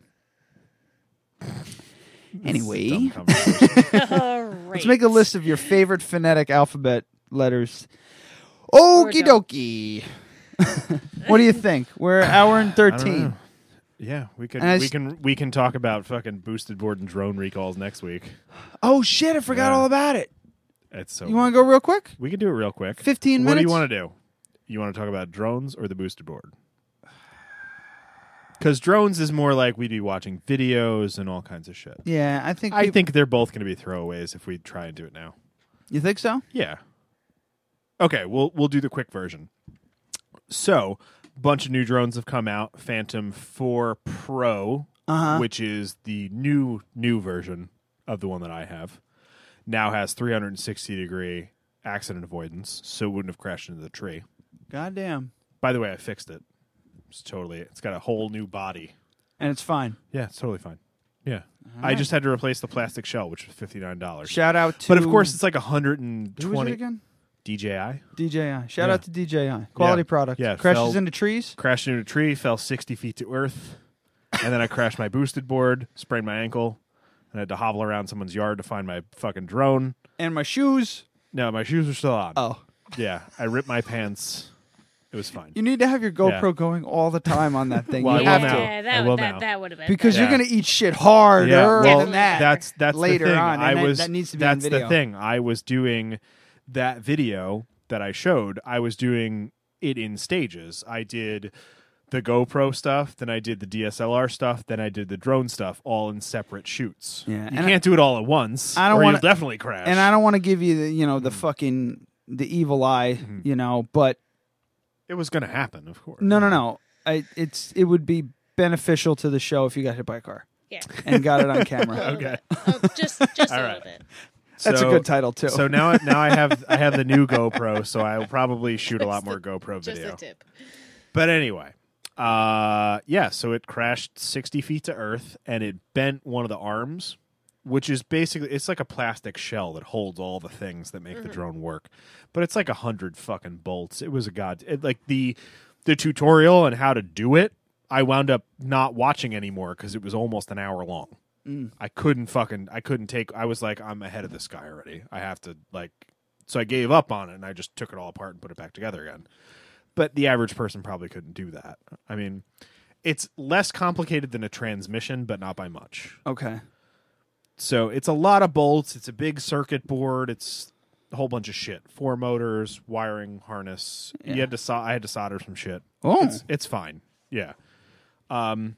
Anyway, Dumb conversation. let's make a list of your favorite phonetic alphabet letters. Okie don't. dokie. what do you think? We're an hour and don't thirteen. know. yeah, we could And I we s- can we can talk about fucking boosted board and drone recalls next week. Oh shit! I forgot Yeah. all about it. It's so You want to go real quick? we can do it real quick. 15 What do you minutes? want to do? You want to talk about drones or the boosted board? Because drones is more like we'd be watching videos and all kinds of shit. Yeah, I think. I we- think they're both going to be throwaways if we try and do it now. you think so. Yeah. Okay, we'll we'll do the quick version. So, bunch of new drones have come out. Phantom 4 Pro which is the new new version of the one that I have, now has 360 degree accident avoidance, so it wouldn't have crashed into the tree. Goddamn. By the way, I fixed it. It's totally. It's got a whole new body. And it's fine. Yeah, it's totally fine. Yeah, I just had to replace the plastic shell, which was fifty nine dollars. Shout out to. But of course, it's like hundred and who was it twenty again? DJI. DJI. Shout Yeah. out to DJI. Quality Yeah. product. Yeah, Crashes fell- into trees. crashed into a tree, fell 60 feet to earth, and then I crashed my boosted board, sprained my ankle, and I had to hobble around someone's yard to find my fucking drone. And my shoes. No, my shoes are still on. Oh. Yeah, I ripped my pants. It was fine. You need to have your GoPro going all the time on that thing. Well, I you will have now. to. Yeah, I that will would now. that, that would have been Because Yeah. you're going to eat shit harder well, than that. That's that's later the thing. on. I and that- was that, needs to be that's on video. the thing. I was doing that video that I showed. I was doing it in stages. I did the GoPro stuff, then I did the DSLR stuff, then I did the drone stuff, all in separate shoots. Yeah, you and I- can't do it all at once. I don't or wanna- you'll definitely crash. And I don't want to give you the you know the fucking the evil eye Mm-hmm. you know, but It was going to happen, of course. no no no, I, it's it would be beneficial to the show if you got hit by a car yeah. and got it on camera. Okay. Oh, just just a All little right. bit. That's So- a good title too. So now, now I have I have the new GoPro, so I will probably shoot a lot more GoPro Just video. a tip. But anyway, uh, yeah, so it crashed 60 feet to Earth and it bent one of the arms, which is basically, it's like a plastic shell that holds all the things that make the drone work. But it's like a hundred fucking bolts. It was a god. It, like the the tutorial and how to do it, I wound up not watching anymore because it was almost an hour long. I couldn't fucking, I couldn't take, I was like, I'm ahead of this guy already. I have to, like, so I gave up on it and I just took it all apart and put it back together again but the average person probably couldn't do that. I mean, it's less complicated than a transmission, but not by much. okay, So it's a lot of bolts. It's a big circuit board. It's a whole bunch of shit. Four motors, wiring harness. You had to sol- I had to solder some shit. Oh. it's, it's fine. Yeah, um,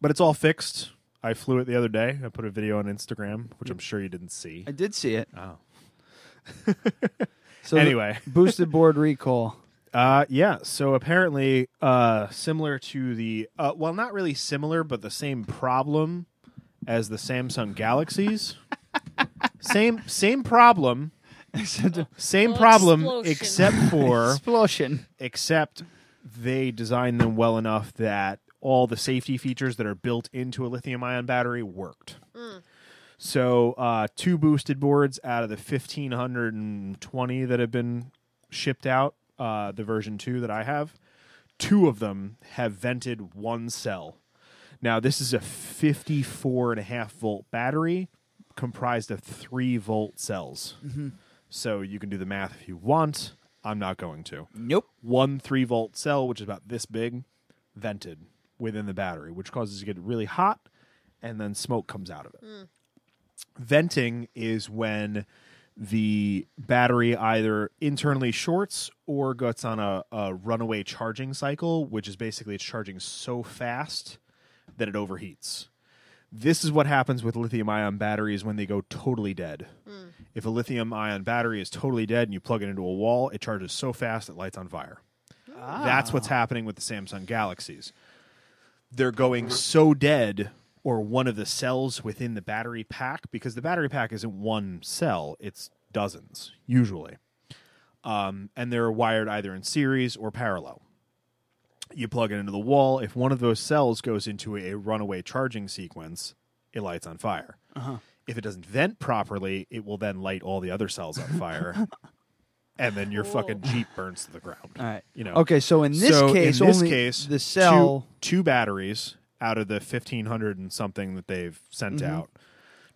but it's all fixed. I flew it the other day. I put a video on Instagram, which I'm sure you didn't see. I did see it. Oh. so the Anyway. boosted board recall. Uh, yeah. So apparently, uh, similar to the uh, well, not really similar, but the same problem as the Samsung Galaxies. same same problem. Same Well, problem, explosion. except for Explosion. except they designed them well enough that all the safety features that are built into a lithium ion battery worked. So, uh, two boosted boards out of the 1520 that have been shipped out, uh, the version 2 that I have, two of them have vented one cell. Now, this is a 54 and a half volt battery comprised of three volt cells. So, you can do the math if you want. I'm not going to Nope. one three volt cell, which is about this big, vented within the battery, which causes it to get really hot and then smoke comes out of it. Venting is when the battery either internally shorts or gets on a, a runaway charging cycle, which is basically it's charging so fast that it overheats. This is what happens with lithium ion batteries when they go totally dead. If a lithium ion battery is totally dead and you plug it into a wall, it charges so fast it lights on fire. That's what's happening with the Samsung Galaxies. They're going so dead, or one of the cells within the battery pack, because the battery pack isn't one cell, it's dozens, usually. Um, and they're wired either in series or parallel. You plug it into the wall. If one of those cells goes into a runaway charging sequence, it lights on fire. Uh-huh. If it doesn't vent properly, it will then light all the other cells on fire. and then your fucking Jeep burns to the ground. All right. You know. Okay, so in this So case, in this only case, the cell. two, two batteries out of the fifteen hundred and something that they've sent Mm-hmm. out.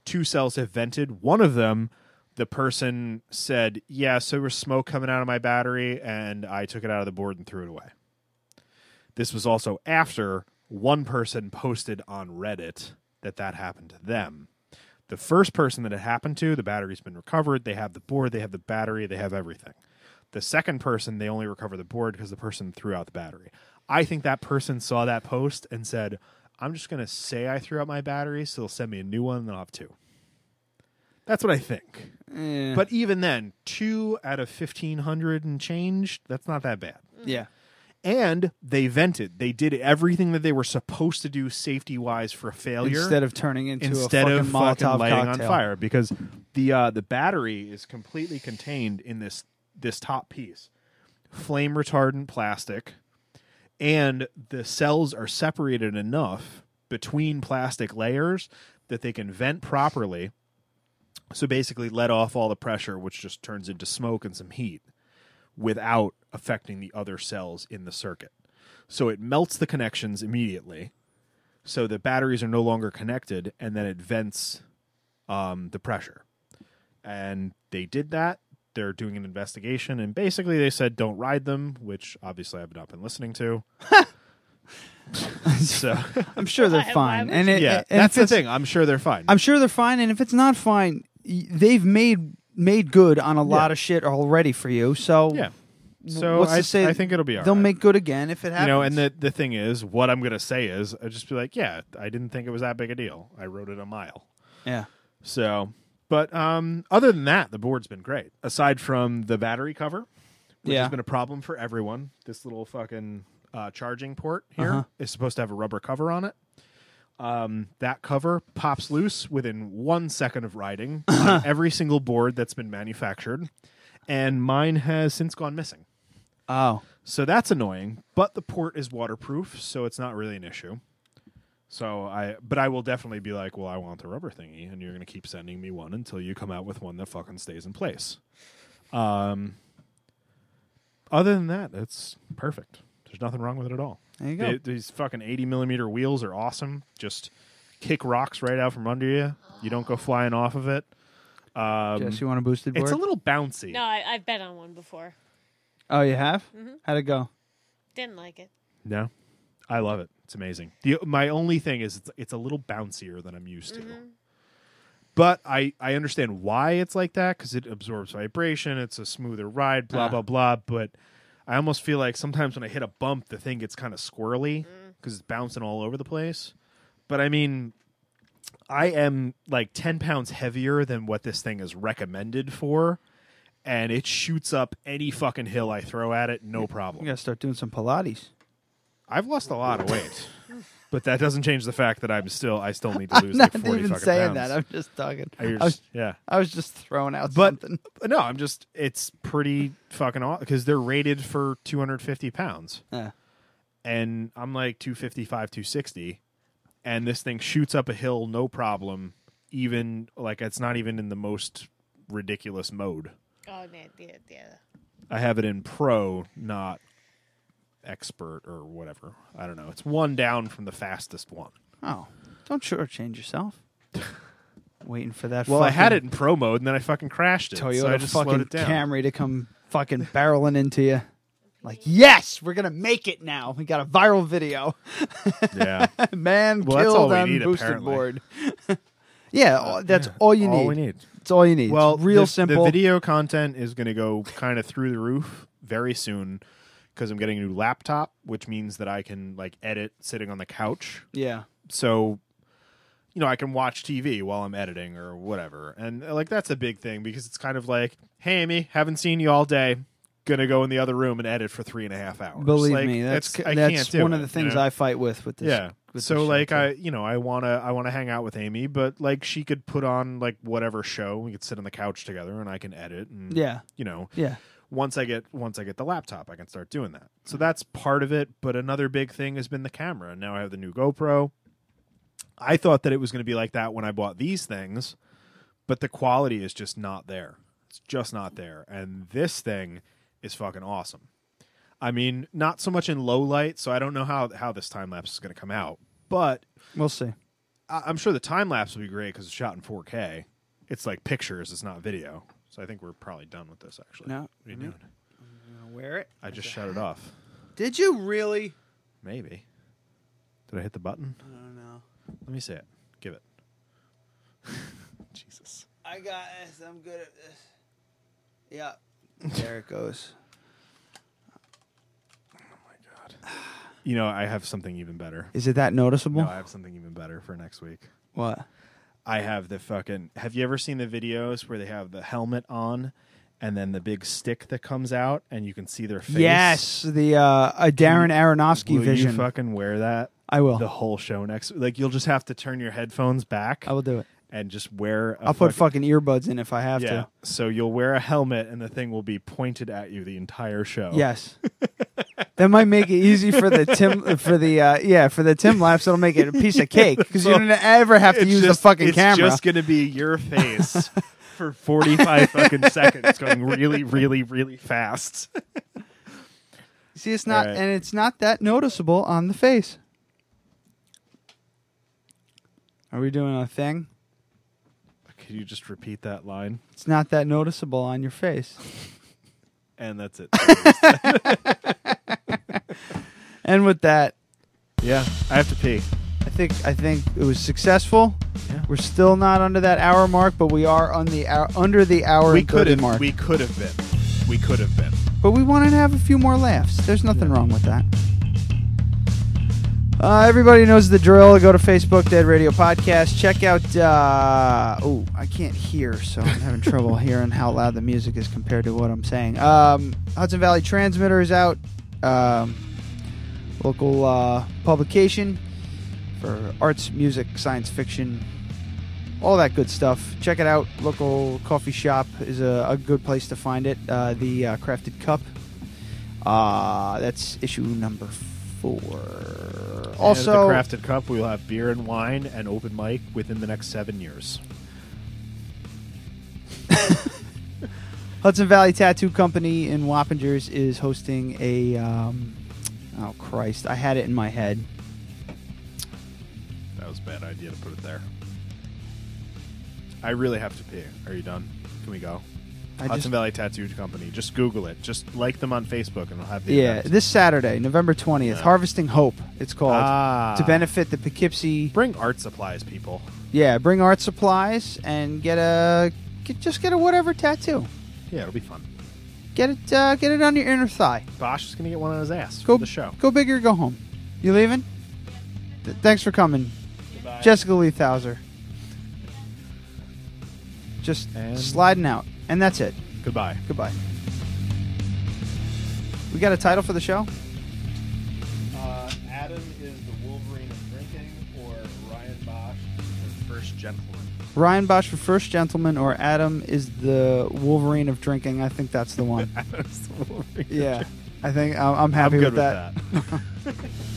Two cells have vented. One of them, the person said, "Yeah, so there was smoke coming out of my battery, and I took it out of the board and threw it away." This was also after one person posted on Reddit that that happened to them. The first person that it happened to, the battery's been recovered. They have the board, they have the battery, they have everything. The second person, they only recover the board because the person threw out the battery. I think that person saw that post and said, I'm just going to say I threw out my battery, so they'll send me a new one and I'll have two. That's what I think. eh, But even then, two out of 1,500 and change, that's not that bad yeah. And they vented. They did everything that they were supposed to do safety wise for failure instead of turning into instead a of fucking fucking Molotov lighting cocktail. on fire because the uh, the battery is completely contained in this this top piece, flame retardant plastic, and the cells are separated enough between plastic layers that they can vent properly. So basically, let off all the pressure, which just turns into smoke and some heat, without affecting the other cells in the circuit. So it melts the connections immediately so the batteries are no longer connected and then it vents um, the pressure and they did that they're doing an investigation and basically they said don't ride them which obviously i've not been listening to so I'm sure they're Why- why fine. would And it, yeah and if that's the it's- thing i'm sure they're fine I'm sure they're fine. And if it's not fine, y- they've made made good on a lot Yeah. of shit already for you. So yeah w- so what's I, to say I think it'll be all they'll right. make good again if it happens. you know and the, the thing is what i'm gonna say is i just be like yeah i didn't think it was that big a deal i rode it a mile yeah. So, but um, other than that, the board's been great. Aside from the battery cover, which Yeah. has been a problem for everyone. This little fucking uh, charging port here is Uh-huh. supposed to have a rubber cover on it. Um, that cover pops loose within one second of riding on every single board that's been manufactured, and mine has since gone missing. Oh, So that's annoying, but the port is waterproof, so it's not really an issue. So I, but I will definitely be like, well, I want the rubber thingy, and you're gonna keep sending me one until you come out with one that fucking stays in place. Um, other than that, it's perfect. There's nothing wrong with it at all. There you go. They- these fucking 80 millimeter wheels are awesome. Just kick rocks right out from under you. You don't go flying off of it. Um, Jess, you want a boosted board? it's a little bouncy. No, I, I've been on one before. oh, you have? Mm-hmm. How'd it go? Didn't like it. No, I love it. It's amazing. The my only thing is it's, it's a little bouncier than I'm used to. But I, I understand why it's like that because it absorbs vibration. It's a smoother ride, blah, Ah. blah, blah. But I almost feel like sometimes when I hit a bump, the thing gets kind of squirrely because it's bouncing all over the place. But I mean, I am like 10 pounds heavier than what this thing is recommended for. And it shoots up any fucking hill I throw at it, no problem. You gotta start doing some Pilates. I've lost a lot of weight, but that doesn't change the fact that I'm still I still need to lose Not like forty even fucking saying pounds. that. I'm just talking. I was- I was, yeah, I was just throwing out But- something. But no, I'm just it's pretty fucking awesome because they're rated for 250 pounds, Yeah. and I'm like 255, 260, and this thing shoots up a hill no problem. Even like it's not even in the most ridiculous mode. Oh, man, yeah, yeah. I have it in pro, not expert or whatever. I don't know. It's one down from the fastest one. Oh, don't shortchange yourself. Waiting for that. Well, I had it fucking in pro mode, and then I fucking crashed it. Toyota so I just slowed fucking it down. Camry to come fucking barreling into you. Like, yes, we're gonna make it now. We got a viral video. Yeah, Man Well, that's all killed we on need, boosted apparently. board. yeah, all- that's all you need. all we need. It's all you need. Well, it's real the, simple. The video content is going to go kind of through the roof very soon because I'm getting a new laptop, which means that I can like edit sitting on the couch. yeah, So, you know, I can watch TV while I'm editing or whatever, and uh, like that's a big thing because it's kind of like, hey, Amy, haven't seen you all day. Gonna go in the other room and edit for three and a half hours. believe Like, me, that's I can't that's do one it, of the you things know? I fight with with this. yeah with so this show, like too. i you know i want to i want to hang out with amy but like she could put on like whatever show we could sit on the couch together and i can edit and yeah, you know yeah. once i get once i get the laptop i can start doing that so that's part of it but another big thing has been the camera now i have the new gopro i thought that it was going to be like that when i bought these things but the quality is just not there it's just not there and this thing is fucking awesome i mean not so much in low light so i don't know how how this time lapse is going to come out but We'll see. I- I'm sure the time lapse will be great because it's shot in 4K. It's like pictures, it's not video. So I think we're probably done with this actually. No. What are you doing? Wear it. I just shut it off. Did you really? Maybe. Did I hit the button? I don't know. Let me see it. Give it. Jesus. I got this. I'm good at this. Yeah. There it goes. You know, I have something even better. Is it that noticeable? No, I have something even better for next week. what? I have the fucking. Have you ever seen the videos where they have the helmet on and then the big stick that comes out, and you can see their face. Yes, the uh, a Darren Aronofsky Will vision. you fucking wear that? I will. The whole show next. Like you'll just have to turn your headphones back. I will do it. And just wear. i I'll put fucking earbuds in if I have yeah. to. So you'll wear a helmet, and the thing will be pointed at you the entire show. Yes. that might make it easy for the Tim for the uh, yeah for the Tim laughs. It'll make it a piece of cake because you So don't ever have to It's use just- the fucking it's camera. just gonna be your face for forty five fucking seconds, going really, really, really fast. See, it's not All right. and it's not that noticeable on the face. Are we doing a thing? Could you just repeat that line? It's not that noticeable on your face. And that's it. And with that, yeah, I have to pee. I think I think it was successful. Yeah. We're still not under that hour mark, but we are on the hour, under the hour we and could 30 have. mark. We could have been. We could have been. but we wanted to have a few more laughs. There's nothing wrong with that. Uh, everybody knows the drill. Go to Facebook, Dead Radio Podcast. Check out. Uh, oh, I can't hear, so I'm having trouble hearing how loud the music is compared to what I'm saying. Um, Hudson Valley Transmitter is out. Um, local uh, publication for arts, music, science fiction, all that good stuff. Check it out. Local coffee shop is a, a good place to find it. Uh, the uh, Crafted Cup. Uh, that's issue number four. Also, and at the Crafted Cup, we will have beer and wine and open mic within the next seven years. Hudson Valley Tattoo Company in Wappingers is hosting a. Um, oh Christ! I had it in my head. That was a bad idea to put it there. I really have to pee. Are you done? Can we go? I Hudson just- Valley Tattoo Company. Just Google it. Just like them on Facebook, and I'll have the yeah, event. this Saturday, November twentieth, Yeah. Harvesting Hope. It's called Ah. to benefit the Poughkeepsie. Bring art supplies, people. Yeah, bring art supplies and get a get, just get a whatever tattoo. Yeah, it'll be fun. Get it, uh, get it on your inner thigh. Bosch is gonna get one on his ass Go for the show. Go big or go home. You leaving? Th- thanks for coming, Jessica Lee Thouser. Just And- sliding out, and that's it. Goodbye. Goodbye. We got a title for the show. Uh, Adam is the Wolverine of drinking, or Ryan Bosch is the first gentleman. Ryan Bosch for First Gentleman, or Adam is the Wolverine of drinking. I think that's the one. Adam's the Wolverine. yeah, I think I'm, I'm happy I'm with good that. with that.